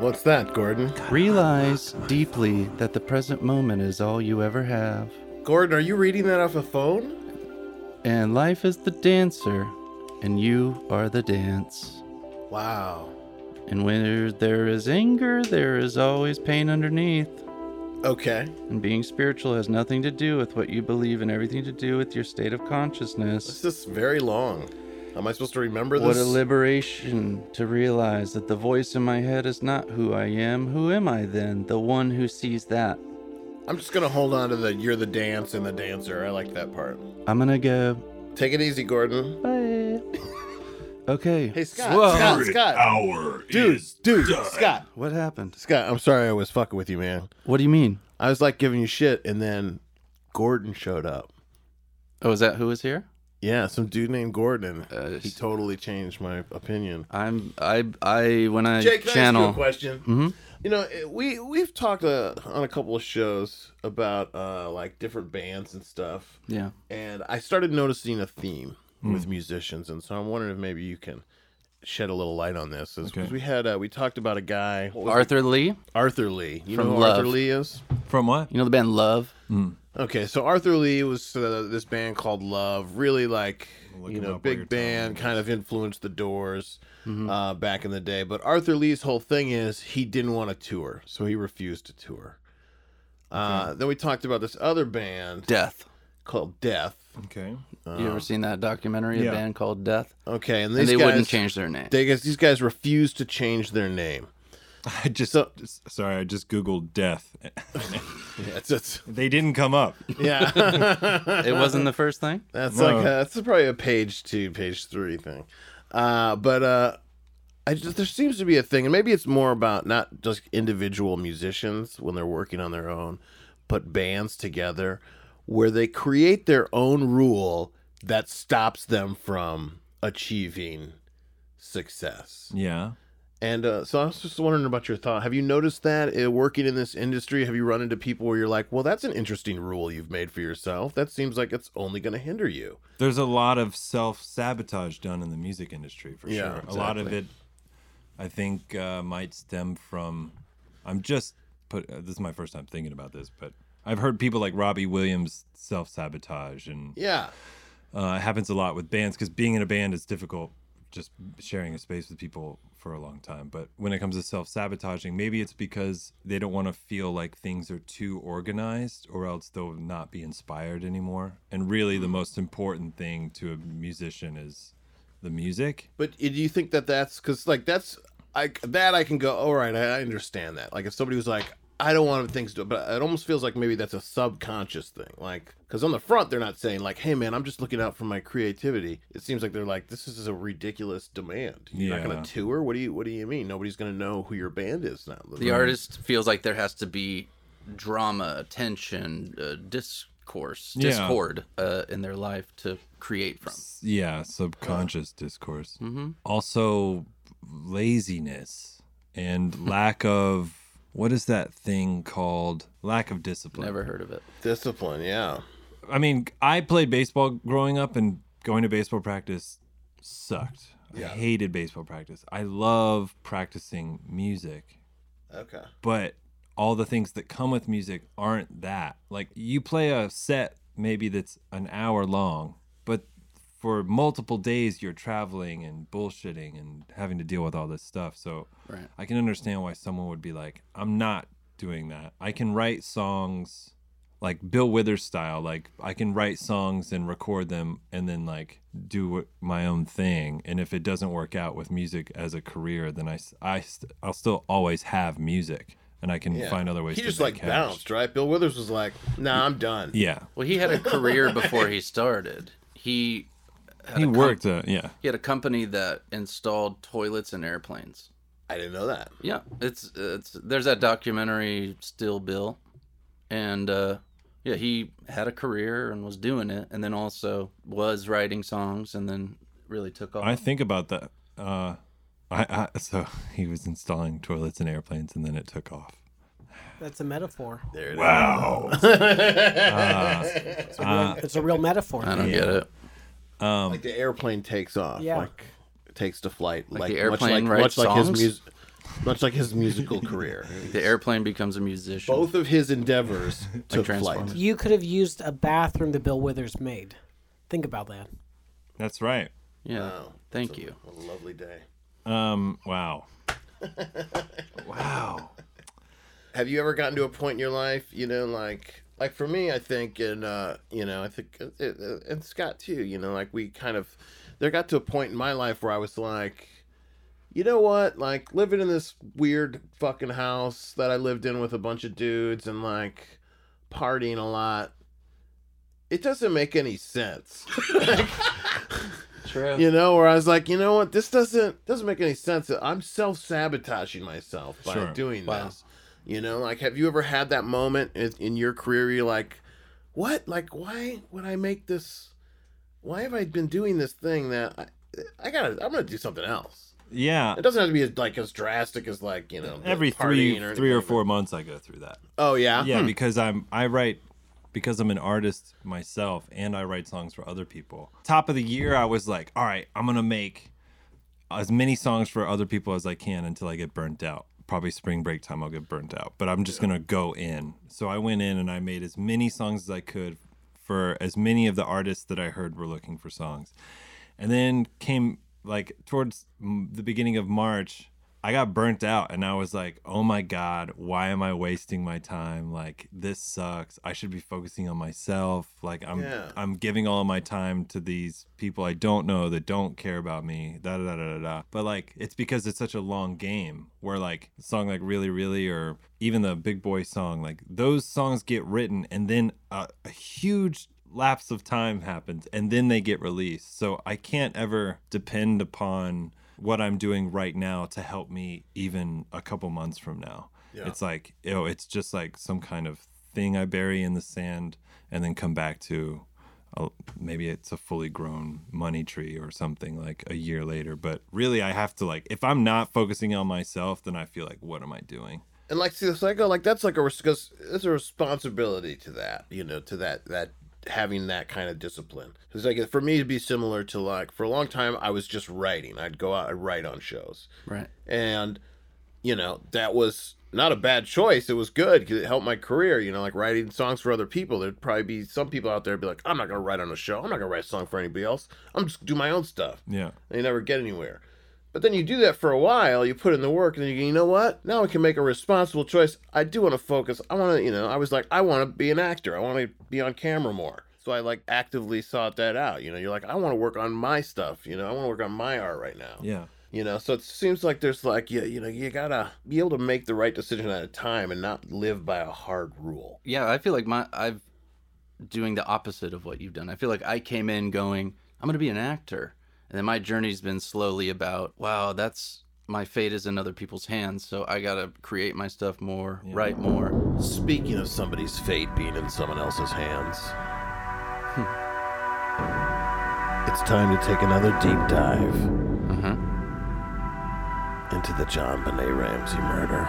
Speaker 3: What's that, Gordon?
Speaker 2: Realize deeply that the present moment is all you ever have.
Speaker 3: Gordon, are you reading that off a phone?
Speaker 2: And life is the dancer, and you are the dance.
Speaker 3: Wow.
Speaker 2: And when there- there is anger, there is always pain underneath.
Speaker 3: Okay.
Speaker 2: And being spiritual has nothing to do with what you believe and everything to do with your state of consciousness.
Speaker 3: This is very long. Am I supposed to remember
Speaker 2: What
Speaker 3: this?
Speaker 2: a liberation to realize that the voice in my head is not who I am. Who am I then? The one who sees that.
Speaker 3: I'm just gonna hold on to the "you're the dance" and the dancer. I like that part.
Speaker 2: I'm gonna go.
Speaker 3: Take it easy, Gordon.
Speaker 2: Bye. Okay.
Speaker 3: Hey, Scott.
Speaker 5: Whoa.
Speaker 3: Scott.
Speaker 1: Spirit
Speaker 3: Scott.
Speaker 1: Hour
Speaker 3: Dude.
Speaker 1: is
Speaker 3: Dude.
Speaker 1: done.
Speaker 3: Scott.
Speaker 2: What happened?
Speaker 3: Scott. I'm sorry I was fucking with you, man.
Speaker 2: What do you mean?
Speaker 3: I was like giving you shit, and then Gordon showed up.
Speaker 2: Oh, is that who is here?
Speaker 3: Yeah, some dude named Gordon.
Speaker 2: Uh,
Speaker 3: he totally changed my opinion.
Speaker 2: I'm. I. I. When I
Speaker 3: Jake, can I ask you
Speaker 2: channel.
Speaker 3: a question?
Speaker 2: Mhm.
Speaker 3: You know, it- we we've talked uh, on a couple of shows about uh, like different bands and stuff,
Speaker 2: yeah.
Speaker 3: and I started noticing a theme with musicians, and so I'm wondering if maybe you can shed a little light on this. Is- 'cause
Speaker 5: Okay.
Speaker 3: We had uh, we talked about a guy what was it?
Speaker 2: Arthur Lee.
Speaker 3: Arthur Lee. You
Speaker 2: From
Speaker 3: know who Arthur
Speaker 2: Love.
Speaker 3: Lee is?
Speaker 5: From what?
Speaker 2: You know the band Love.
Speaker 3: Okay, so Arthur Lee was uh, this band called Love, really like
Speaker 5: Look
Speaker 3: you
Speaker 5: him
Speaker 3: know
Speaker 5: up while
Speaker 3: big
Speaker 5: you're telling
Speaker 3: band, kind of influenced the Doors
Speaker 2: Mm-hmm.
Speaker 3: uh, back in the day. But Arthur Lee's whole thing is he didn't want to tour, so he refused to tour. Uh, then we talked about this other band
Speaker 2: Death.
Speaker 3: called Death.
Speaker 5: Okay.
Speaker 2: you ever seen that documentary?
Speaker 5: yeah.
Speaker 2: A band called Death.
Speaker 3: Okay, and Uh-huh. these
Speaker 2: And they
Speaker 3: guys,
Speaker 2: wouldn't change their name.
Speaker 3: They guess these guys refused to change their name.
Speaker 5: I just,
Speaker 3: So-
Speaker 5: just- sorry. I just googled death.
Speaker 3: Yeah, it's, it's,
Speaker 5: they didn't come up.
Speaker 3: yeah.
Speaker 2: it wasn't the first thing.
Speaker 3: That's
Speaker 5: No.
Speaker 3: like a, that's probably a page two, page three thing. Uh, but uh, I just there seems to be a thing, and maybe it's more about not just individual musicians when they're working on their own, but bands together where they create their own rule that stops them from achieving success.
Speaker 5: Yeah.
Speaker 3: And uh, so I was just wondering about your thought. Have you noticed that uh, working in this industry? Have you run into people where you're like, well, that's an interesting rule you've made for yourself. That seems like it's only going to hinder you.
Speaker 5: There's a lot of self sabotage done in the music industry for
Speaker 3: Yeah,
Speaker 5: sure. A lot of
Speaker 3: exactly.
Speaker 5: it, I think, uh, might stem from. I'm just put. Uh, this is my first time thinking about this, but I've heard people like Robbie Williams self sabotage, and
Speaker 3: Yeah.
Speaker 5: uh, it happens a lot with bands because being in a band is difficult. Just sharing a space with people for a long time, but when it comes to self sabotaging, maybe it's because they don't want to feel like things are too organized, or else they'll not be inspired anymore. And really, the most important thing to a musician is the music.
Speaker 3: But i- do you think that that's because like that's I that I can go all right. I I understand that. Like if somebody was like, I don't want things to, but it almost feels like maybe that's a subconscious thing. Like because on the front they're not saying like, hey man, I'm just looking out for my creativity. It seems like they're like, this is a ridiculous demand. You're not
Speaker 5: Yeah.
Speaker 3: gonna tour. What do you What do you mean? Nobody's gonna know who your band is now.
Speaker 7: The artist feels like there has to be drama, tension, uh, discourse,
Speaker 5: Yeah.
Speaker 7: discord uh, in their life to create from.
Speaker 5: Yeah, subconscious discourse. Also, laziness and lack of what is that thing called? Lack of discipline.
Speaker 7: Never heard of it.
Speaker 3: discipline. Yeah.
Speaker 5: I mean, I played baseball growing up, and going to baseball practice sucked. I hated baseball practice. I love practicing music
Speaker 3: Okay.
Speaker 5: but all the things that come with music aren't that. Like you play a set maybe that's an hour long, but for multiple days you're traveling and bullshitting and having to deal with all this stuff. So
Speaker 7: Right.
Speaker 5: I can understand why someone would be like, I'm not doing that. I can write songs like Bill Withers style. Like I can write songs and record them and then like do what- my own thing. And if it doesn't work out with music as a career, then I, s- I st- I'll still always have music and I can
Speaker 3: Yeah.
Speaker 5: find other ways
Speaker 3: He
Speaker 5: to
Speaker 3: just like
Speaker 5: make cash.
Speaker 3: bounced, right? Bill Withers was like, Nah, I'm done.
Speaker 5: Yeah.
Speaker 7: Well, he had a career before he started. He
Speaker 5: He worked. uh, yeah.
Speaker 7: he had a company that installed toilets in airplanes.
Speaker 3: I didn't know that.
Speaker 7: Yeah, it's it's there's that documentary Still Bill, and uh, yeah, he had a career and was doing it, and then also was writing songs, and then really took off.
Speaker 5: I think about that. Uh, I, I so he was installing toilets in airplanes and then it took off.
Speaker 4: That's a metaphor.
Speaker 3: There it is.
Speaker 5: Uh,
Speaker 4: It's a real metaphor.
Speaker 7: I don't get it.
Speaker 3: like the airplane takes off.
Speaker 4: Yeah.
Speaker 3: Like takes to flight. Like,
Speaker 7: the airplane
Speaker 3: much like,
Speaker 7: writes
Speaker 3: much like
Speaker 7: songs?
Speaker 3: his mus- much like his musical career.
Speaker 7: The airplane becomes a musician.
Speaker 3: Both of his endeavors took
Speaker 7: Transformers.
Speaker 3: flight.
Speaker 4: You could have used a bathroom that Bill Withers made. Think about that.
Speaker 5: That's right.
Speaker 7: Yeah.
Speaker 2: Um,
Speaker 3: Wow.
Speaker 7: Thank you.
Speaker 3: What a lovely day.
Speaker 5: Um, wow. wow.
Speaker 3: Have you ever gotten to a point in your life, you know, like like for me, I think, and uh, you know, I think, it, it, and Scott too, you know, like we kind of, there got to a point in my life where I was like, you know what, like living in this weird fucking house that I lived in with a bunch of dudes and like partying a lot, it doesn't make any sense.
Speaker 7: True.
Speaker 3: you know where i was like you know what this doesn't doesn't make any sense i'm self-sabotaging myself by
Speaker 5: Sure.
Speaker 3: doing
Speaker 7: Wow.
Speaker 3: this you know like have you ever had that moment in, in your career where you're like what like why would i make this why have i been doing this thing that i, I gotta i'm gonna do something else
Speaker 5: Yeah.
Speaker 3: it doesn't have to be as, like as drastic as like you know
Speaker 5: Every
Speaker 3: partying
Speaker 5: three, three or
Speaker 3: anything,
Speaker 5: four months, I go through that.
Speaker 3: but- oh yeah
Speaker 5: Yeah,
Speaker 3: Hmm.
Speaker 5: because I'm I write because I'm an artist myself and I write songs for other people. Top of the year I was like, all right, I'm going to make as many songs for other people as I can until I get burnt out. Probably spring break time I'll get burnt out, but I'm just going to go in. So I went in and I made as many songs as I could for as many of the artists that I heard were looking for songs. And then came like towards mm, the beginning of March, I got burnt out and I was like, "Oh my god, why am I wasting my time? Like this sucks. I should be focusing on myself. Like I'm
Speaker 3: Yeah.
Speaker 5: I'm giving all my time to these people I don't know that don't care about me." Da da da da da. da. But like it's because it's such a long game where like a song like really really or even the big boy song like those songs get written and then a, a huge lapse of time happens and then they get released. So I can't ever depend upon what I'm doing right now to help me even a couple months from now. It's like, you know, it's just like some kind of thing I bury in the sand and then come back to a, maybe it's a fully grown money tree or something like a year later. But really, I have to like, if I'm not focusing on myself, then I feel like, what am I doing?
Speaker 3: and like see the psycho like that's like a res- 'cause there's a responsibility to that you know to that that having that kind of discipline because like for me it'd be similar to like for a long time i was just writing i'd go out and write on shows
Speaker 2: Right.
Speaker 3: and you know that was not a bad choice it was good because it helped my career you know like writing songs for other people there'd probably be some people out there be like i'm not gonna write on a show i'm not gonna write a song for anybody else i'm just do my own stuff
Speaker 5: Yeah.
Speaker 3: and you never get anywhere. But then you do that for a while, you put in the work, and then you, go, you know what? Now I can make a responsible choice. I do want to focus. I want to, you know, I was like, I want to be an actor. I want to be on camera more. So I like actively sought that out. You know, you're like, I want to work on my stuff. You know, I want to work on my art right now.
Speaker 5: Yeah.
Speaker 3: You know, so it seems like there's like, you, you know, you got to be able to make the right decision at a time and not live by a hard rule.
Speaker 2: Yeah, I feel like my I've doing the opposite of what you've done. I feel like I came in going, I'm going to be an actor. And then my journey's been slowly about, wow, that's my fate is in other people's hands, so I got to create my stuff more, write more.
Speaker 3: Speaking of somebody's fate being in someone else's hands, Hmm. it's time to take another deep dive into the John Benet Ramsey murder.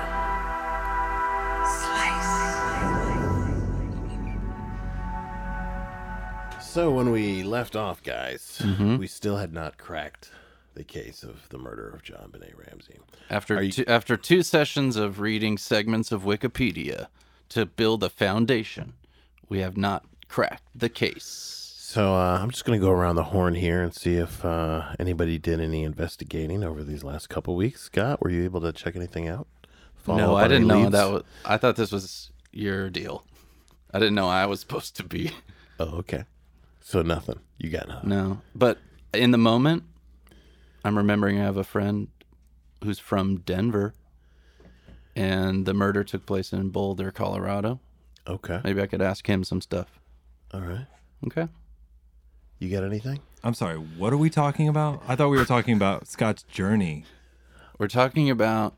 Speaker 3: So, when we left off, guys, we still had not cracked the case of the murder of John Benet Ramsey.
Speaker 2: After
Speaker 3: Are you-
Speaker 2: two, after two sessions of reading segments of Wikipedia to build a foundation, we have not cracked the case.
Speaker 3: So uh, I'm just going to go around the horn here and see if uh, anybody did any investigating over these last couple weeks. Scott, were you able to check anything out? Follow
Speaker 2: no,
Speaker 3: up on
Speaker 2: I
Speaker 3: any
Speaker 2: didn't know
Speaker 3: leads?
Speaker 2: that was I thought this was your deal. I didn't know I was supposed to be
Speaker 3: Oh, okay. So nothing. You got nothing.
Speaker 2: No, but in the moment, I'm remembering I have a friend who's from Denver, and the murder took place in Boulder, Colorado.
Speaker 3: Okay.
Speaker 2: Maybe I could ask him some stuff.
Speaker 3: All right.
Speaker 2: Okay.
Speaker 3: You got anything?
Speaker 5: I'm sorry. What are we talking about? I thought we were talking about Scott's journey.
Speaker 2: We're talking about.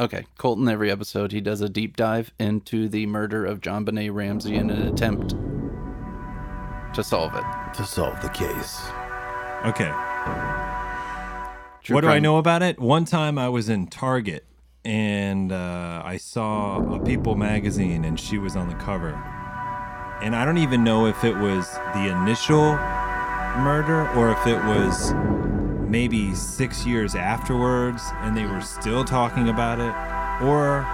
Speaker 2: Okay, Colton, every episode, he does a deep dive into the murder of John Benet Ramsey in an attempt to solve it.
Speaker 3: To solve the case.
Speaker 5: Okay.
Speaker 2: True
Speaker 5: what do I
Speaker 2: crime.
Speaker 5: know about it? One time I was in Target and uh, I saw a People magazine and she was on the cover. And I don't even know if it was the initial murder or if it was maybe six years afterwards and they were still talking about it or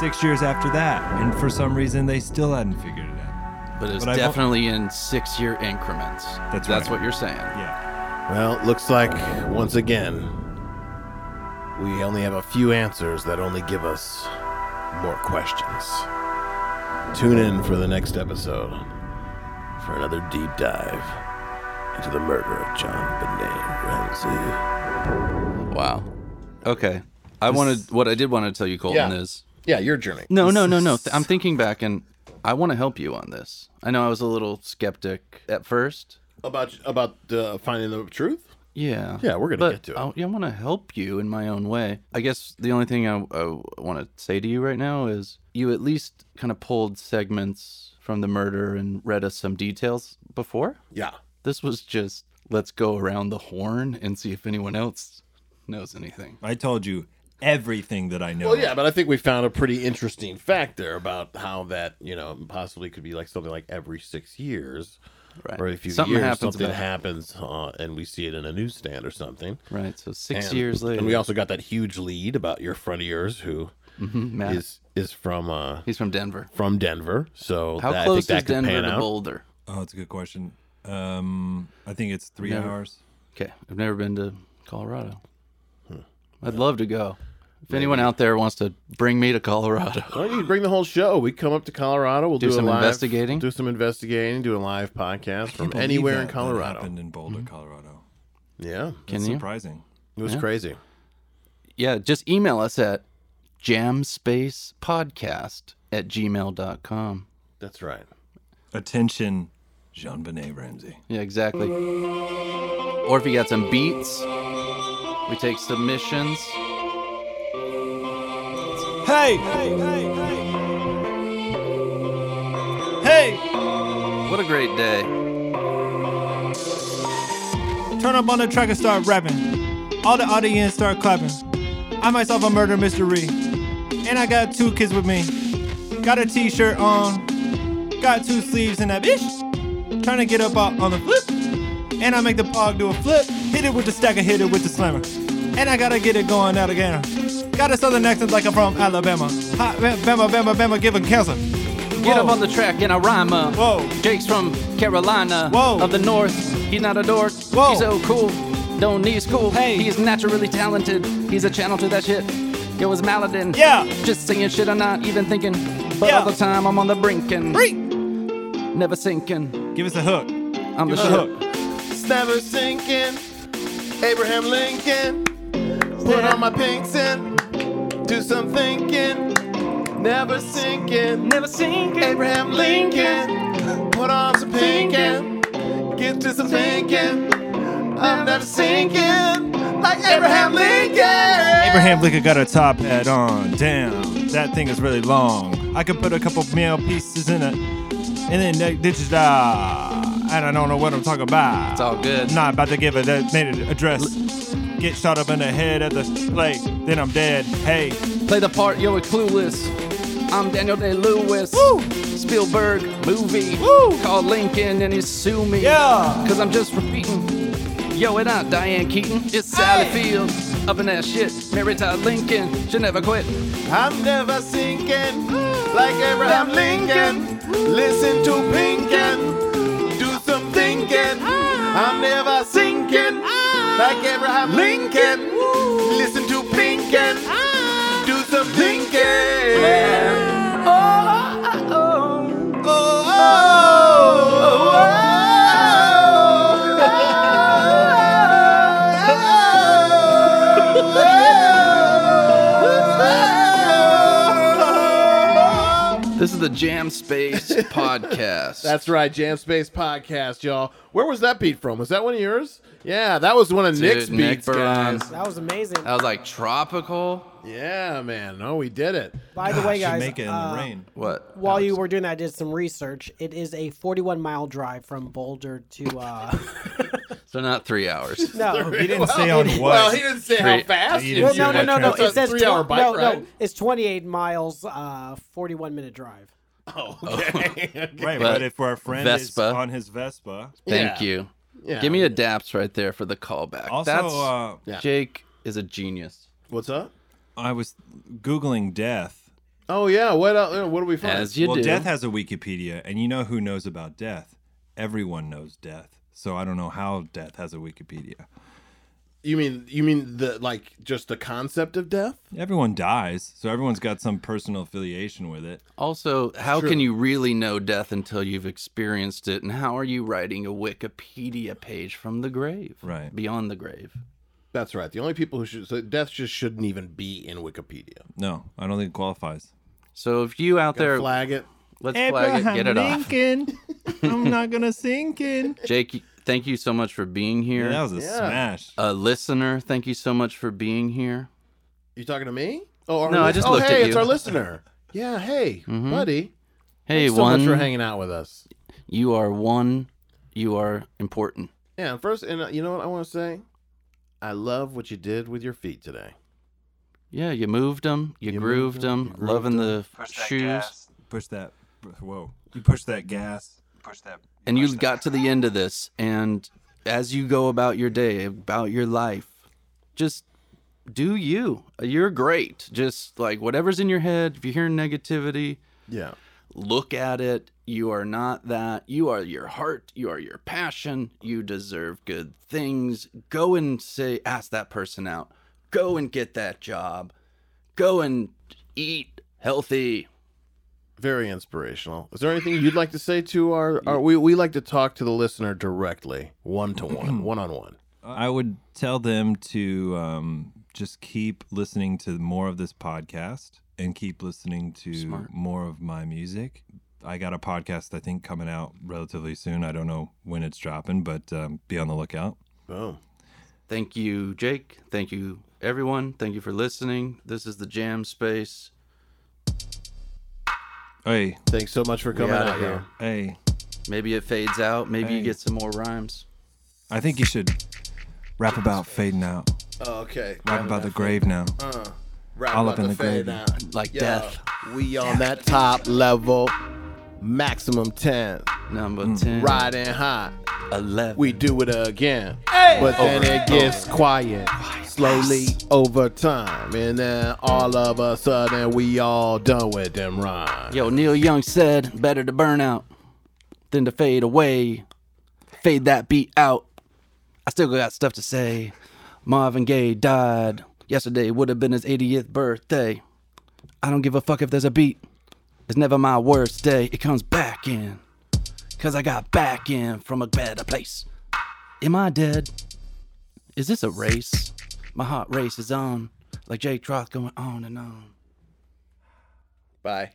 Speaker 5: six years after that. And for some reason, they still hadn't figured it out.
Speaker 2: But it's
Speaker 5: but I've al-
Speaker 2: definitely in six year increments.
Speaker 5: That's
Speaker 2: That's
Speaker 5: right.
Speaker 2: what you're saying.
Speaker 5: Yeah.
Speaker 3: Well, looks like, once again, we only have a few answers that only give us more questions. Tune in for the next episode for another deep dive into the murder of John Benet Ramsey.
Speaker 2: Wow. Okay. I wanted what I did want to tell you, Colton,
Speaker 3: Yeah.
Speaker 2: is
Speaker 3: Yeah, your journey.
Speaker 2: no, no, no, no. Th- I'm thinking back, and I want to help you on this. I know I was a little skeptic at first.
Speaker 3: About about uh, finding the truth?
Speaker 2: Yeah.
Speaker 3: Yeah, we're gonna
Speaker 2: but
Speaker 3: get to it.
Speaker 2: I, yeah, I want to help you in my own way. I guess the only thing I, I want to say to you right now is you at least kind of pulled segments from the murder and read us some details before.
Speaker 3: Yeah.
Speaker 2: This was just let's go around the horn and see if anyone else knows anything.
Speaker 5: I told you everything that I know.
Speaker 3: Well, yeah, but I think we found a pretty interesting fact there about how that, you know, possibly could be like something like every six years.
Speaker 2: Right.
Speaker 3: or if you
Speaker 2: something
Speaker 3: something years,
Speaker 2: happens
Speaker 3: something
Speaker 2: about it.
Speaker 3: happens uh, and we see it in a newsstand or something.
Speaker 2: Right. So six
Speaker 3: And-
Speaker 2: years later.
Speaker 3: and we also got that huge lead about your friend of yours who is
Speaker 2: Matt.
Speaker 3: is from uh,
Speaker 2: He's from Denver.
Speaker 3: from Denver. So
Speaker 2: How
Speaker 3: that, I think
Speaker 2: close
Speaker 3: that
Speaker 2: is
Speaker 3: could
Speaker 2: Denver
Speaker 3: pan
Speaker 2: to
Speaker 3: out.
Speaker 2: Boulder?
Speaker 5: Oh, that's a good question. Um, I think it's three
Speaker 2: Never-
Speaker 5: hours.
Speaker 2: Okay, I've never been to Colorado.
Speaker 3: Hmm.
Speaker 2: I'd love to go. If anyone out there wants to bring me to Colorado,
Speaker 3: Why don't you bring the whole show? We come up to Colorado. We'll
Speaker 2: Do
Speaker 3: do,
Speaker 2: some
Speaker 3: a live,
Speaker 2: investigating?
Speaker 3: Do some investigating. Do a live podcast from
Speaker 5: Believe
Speaker 3: anywhere
Speaker 5: that,
Speaker 3: in
Speaker 5: that
Speaker 3: Colorado. Mm-hmm.
Speaker 5: happened in Boulder, Colorado.
Speaker 3: Yeah,
Speaker 2: can you?
Speaker 5: Surprising.
Speaker 3: it was crazy.
Speaker 2: Yeah, just email us at jamspacepodcast at gmail.com.
Speaker 3: That's right.
Speaker 5: Attention, Jean Benet Ramsey.
Speaker 2: Yeah, exactly. Or if you got some beats, We take submissions.
Speaker 5: Hey! Hey! Hey!
Speaker 2: What a great day.
Speaker 8: Turn up on the track and start rapping. All the audience start clapping. I myself a murder mystery. And I got two kids with me. Got a t-shirt on. Got two sleeves in that bitch. Trying to get up out on the flip. And I make the pog do a flip. Hit it with the stack and hit it with the slammer. And I gotta get it going out again. Got a southern accent like I'm from Alabama. Hot ba- Bama, Bama, Bama, giving cancer.
Speaker 2: Get up
Speaker 8: Whoa.
Speaker 2: on the track and I rhyme up.
Speaker 8: Whoa.
Speaker 2: Jake's from Carolina.
Speaker 8: Whoa.
Speaker 2: Of the North. He's not a dork.
Speaker 8: Whoa.
Speaker 2: He's so cool. Don't need school.
Speaker 8: Hey.
Speaker 2: He's naturally talented. He's a channel to that shit. Yo, it's Maladin.
Speaker 8: Yeah.
Speaker 2: Just singing shit I'm not even thinking. But
Speaker 8: Yeah.
Speaker 2: all the time I'm on the brink and
Speaker 8: Freak.
Speaker 2: never sinking.
Speaker 8: Give us a hook. Give
Speaker 2: I'm the
Speaker 8: us a
Speaker 2: shit.
Speaker 8: hook.
Speaker 3: It's never sinking. Abraham Lincoln. Put on my pinks and do some thinking. Never sinking.
Speaker 2: Never sinking.
Speaker 3: Abraham Lincoln. Put on some pink and get to some thinking. I'm never sinking like Abraham Lincoln.
Speaker 8: Abraham Lincoln got a top hat on. Damn, that thing is really long. I could put a couple meal pieces in it, and then they ditches die. And I don't know what I'm talking about.
Speaker 2: It's all good.
Speaker 8: Not about to give a designated address. Get shot up in the head at the plate, then I'm dead. Hey,
Speaker 2: Play the part, yo, it's clueless. I'm Daniel Day Lewis.
Speaker 8: Woo.
Speaker 2: Spielberg movie
Speaker 8: Woo.
Speaker 2: called Lincoln and he sue me.
Speaker 8: Yeah.
Speaker 2: Cause I'm just repeating. Yo, it ain't Diane Keaton. It's Sally Fields. Up in that shit. Mary Todd Lincoln. She never quit.
Speaker 3: I'm never sinking like Abraham Lincoln. Listen to Pinkin, do some thinking. I'm never sinking like Abraham Lincoln. Listen to Pinkin, do some thinking. Oh, oh,
Speaker 2: This is the Jam Space podcast.
Speaker 3: That's right, Jam Space Podcast, y'all. Where was that beat from? Was that one of yours? Yeah, that was one of
Speaker 2: Dude,
Speaker 3: Nick's
Speaker 2: Nick
Speaker 3: beats,
Speaker 2: Baran.
Speaker 3: guys.
Speaker 4: That was amazing.
Speaker 5: Oh,
Speaker 2: That was like tropical.
Speaker 3: Yeah, man. No, we did it.
Speaker 4: By the way,
Speaker 5: Should
Speaker 4: guys,
Speaker 5: make it in
Speaker 4: uh,
Speaker 5: the rain.
Speaker 2: What?
Speaker 4: while
Speaker 2: Alex?
Speaker 4: you were doing that, I did some research. It is a 41 mile drive from Boulder to. Uh,
Speaker 2: So not three hours.
Speaker 4: no.
Speaker 8: he didn't say on what.
Speaker 3: Well, he didn't say how
Speaker 2: Great.
Speaker 3: fast. it
Speaker 8: He didn't
Speaker 4: Well,
Speaker 3: was.
Speaker 8: Yeah,
Speaker 4: no, no, no, no.
Speaker 8: that's
Speaker 4: It says
Speaker 3: a three-hour
Speaker 4: tw-
Speaker 3: bike
Speaker 4: no,
Speaker 3: ride.
Speaker 4: no. It's 28 miles, uh, 41 minute drive.
Speaker 3: Okay.
Speaker 8: right,
Speaker 2: but
Speaker 8: but, if our friend is
Speaker 2: Vespa.
Speaker 8: on his Vespa,
Speaker 2: Thank
Speaker 3: Yeah.
Speaker 2: you.
Speaker 3: Yeah.
Speaker 2: Give me a daps right there for the callback.
Speaker 5: Also,
Speaker 2: That's
Speaker 5: uh,
Speaker 3: Yeah.
Speaker 2: Jake is a genius.
Speaker 3: What's up?
Speaker 5: I was googling death.
Speaker 3: Oh yeah. What? Uh, what do we find?
Speaker 2: As you
Speaker 5: well,
Speaker 2: do.
Speaker 5: death has a Wikipedia, and you know who knows about death? Everyone knows death. So I don't know how death has a Wikipedia.
Speaker 3: you mean you mean the like just the concept of death?
Speaker 5: Everyone dies, so everyone's got some personal affiliation with it.
Speaker 2: Also, how can you really know death until you've experienced it? And how are you writing a Wikipedia page from the grave?
Speaker 5: Right.
Speaker 2: Beyond the grave.
Speaker 3: That's right. The only people who should so death just shouldn't even be in Wikipedia.
Speaker 5: No, I don't think it qualifies.
Speaker 2: So if you out there,
Speaker 3: Flag it.
Speaker 2: let's flag it,
Speaker 8: Abraham
Speaker 2: get it off.
Speaker 8: Lincoln, I'm not gonna sink in.
Speaker 2: Jake, thank you so much for being here.
Speaker 5: Yeah, that was a
Speaker 3: Yeah.
Speaker 5: smash.
Speaker 2: a listener, thank you so much for being here.
Speaker 3: You talking to me? Oh, our
Speaker 2: No, I
Speaker 3: lis-
Speaker 2: just
Speaker 3: oh, hey,
Speaker 2: looked at
Speaker 3: it's
Speaker 2: you. Mm-hmm.
Speaker 3: our listener. Yeah. Hey, buddy.
Speaker 2: Hey,
Speaker 3: Thanks so
Speaker 2: one,
Speaker 3: much for hanging out with us.
Speaker 2: you are one, you are important.
Speaker 3: Yeah. And first, and uh, you know what I want to say? I love what you did with your feet today.
Speaker 2: Yeah, you moved them, you, grooved them, loving the shoes,
Speaker 5: Push that. Whoa. You push that gas. Push that.
Speaker 2: and you got to the end of this. And as you go about your day, about your life, just do you. You're great. Just like whatever's in your head. If you hear negativity,
Speaker 3: Yeah.
Speaker 2: look at it. You are not that. You are your heart. You are your passion. You deserve good things. Go and say, ask that person out. Go and get that job. Go and eat healthy.
Speaker 3: Very inspirational. Is there anything you'd like to say to our, our we, we like to talk to the listener directly, one to one, one on one.
Speaker 5: Uh, I would tell them to um, just keep listening to more of this podcast and keep listening to more of my music. I got a podcast I think coming out relatively soon. I don't know when it's dropping, but um, be on the lookout.
Speaker 3: Boom.
Speaker 2: Thank you, Jake. Thank you, everyone. Thank you for listening. This is the Jam Space.
Speaker 5: Hey,
Speaker 3: Thanks so much for coming
Speaker 2: outta
Speaker 3: out
Speaker 2: here.
Speaker 3: here.
Speaker 5: hey.
Speaker 2: Maybe it fades out. Maybe you
Speaker 5: Hey.
Speaker 2: get some more rhymes.
Speaker 5: I think you should rap about fading out.
Speaker 3: Oh, okay.
Speaker 5: Rap about the grave now.
Speaker 3: Right
Speaker 5: all
Speaker 3: about
Speaker 5: up in the
Speaker 3: fade
Speaker 5: gravy.
Speaker 3: now.
Speaker 2: Like
Speaker 3: Yeah.
Speaker 2: death.
Speaker 3: We on that top level, maximum 10,
Speaker 2: Number 10.
Speaker 3: riding high.
Speaker 2: 11.
Speaker 3: We do it again, but then it gets quiet slowly over time, and then all of a sudden we all done with them rhymes.
Speaker 2: Yo, Neil Young said, better to burn out than to fade away. Fade that beat out. I still got stuff to say. Marvin Gaye died. Yesterday would have been his 80th birthday. I don't give a fuck if there's a beat. It's never my worst day. It comes back in. Cause I got back in from a better place. Am I dead? Is this a race? My heart race is on. Like Jake Troth going on and on.
Speaker 3: Bye.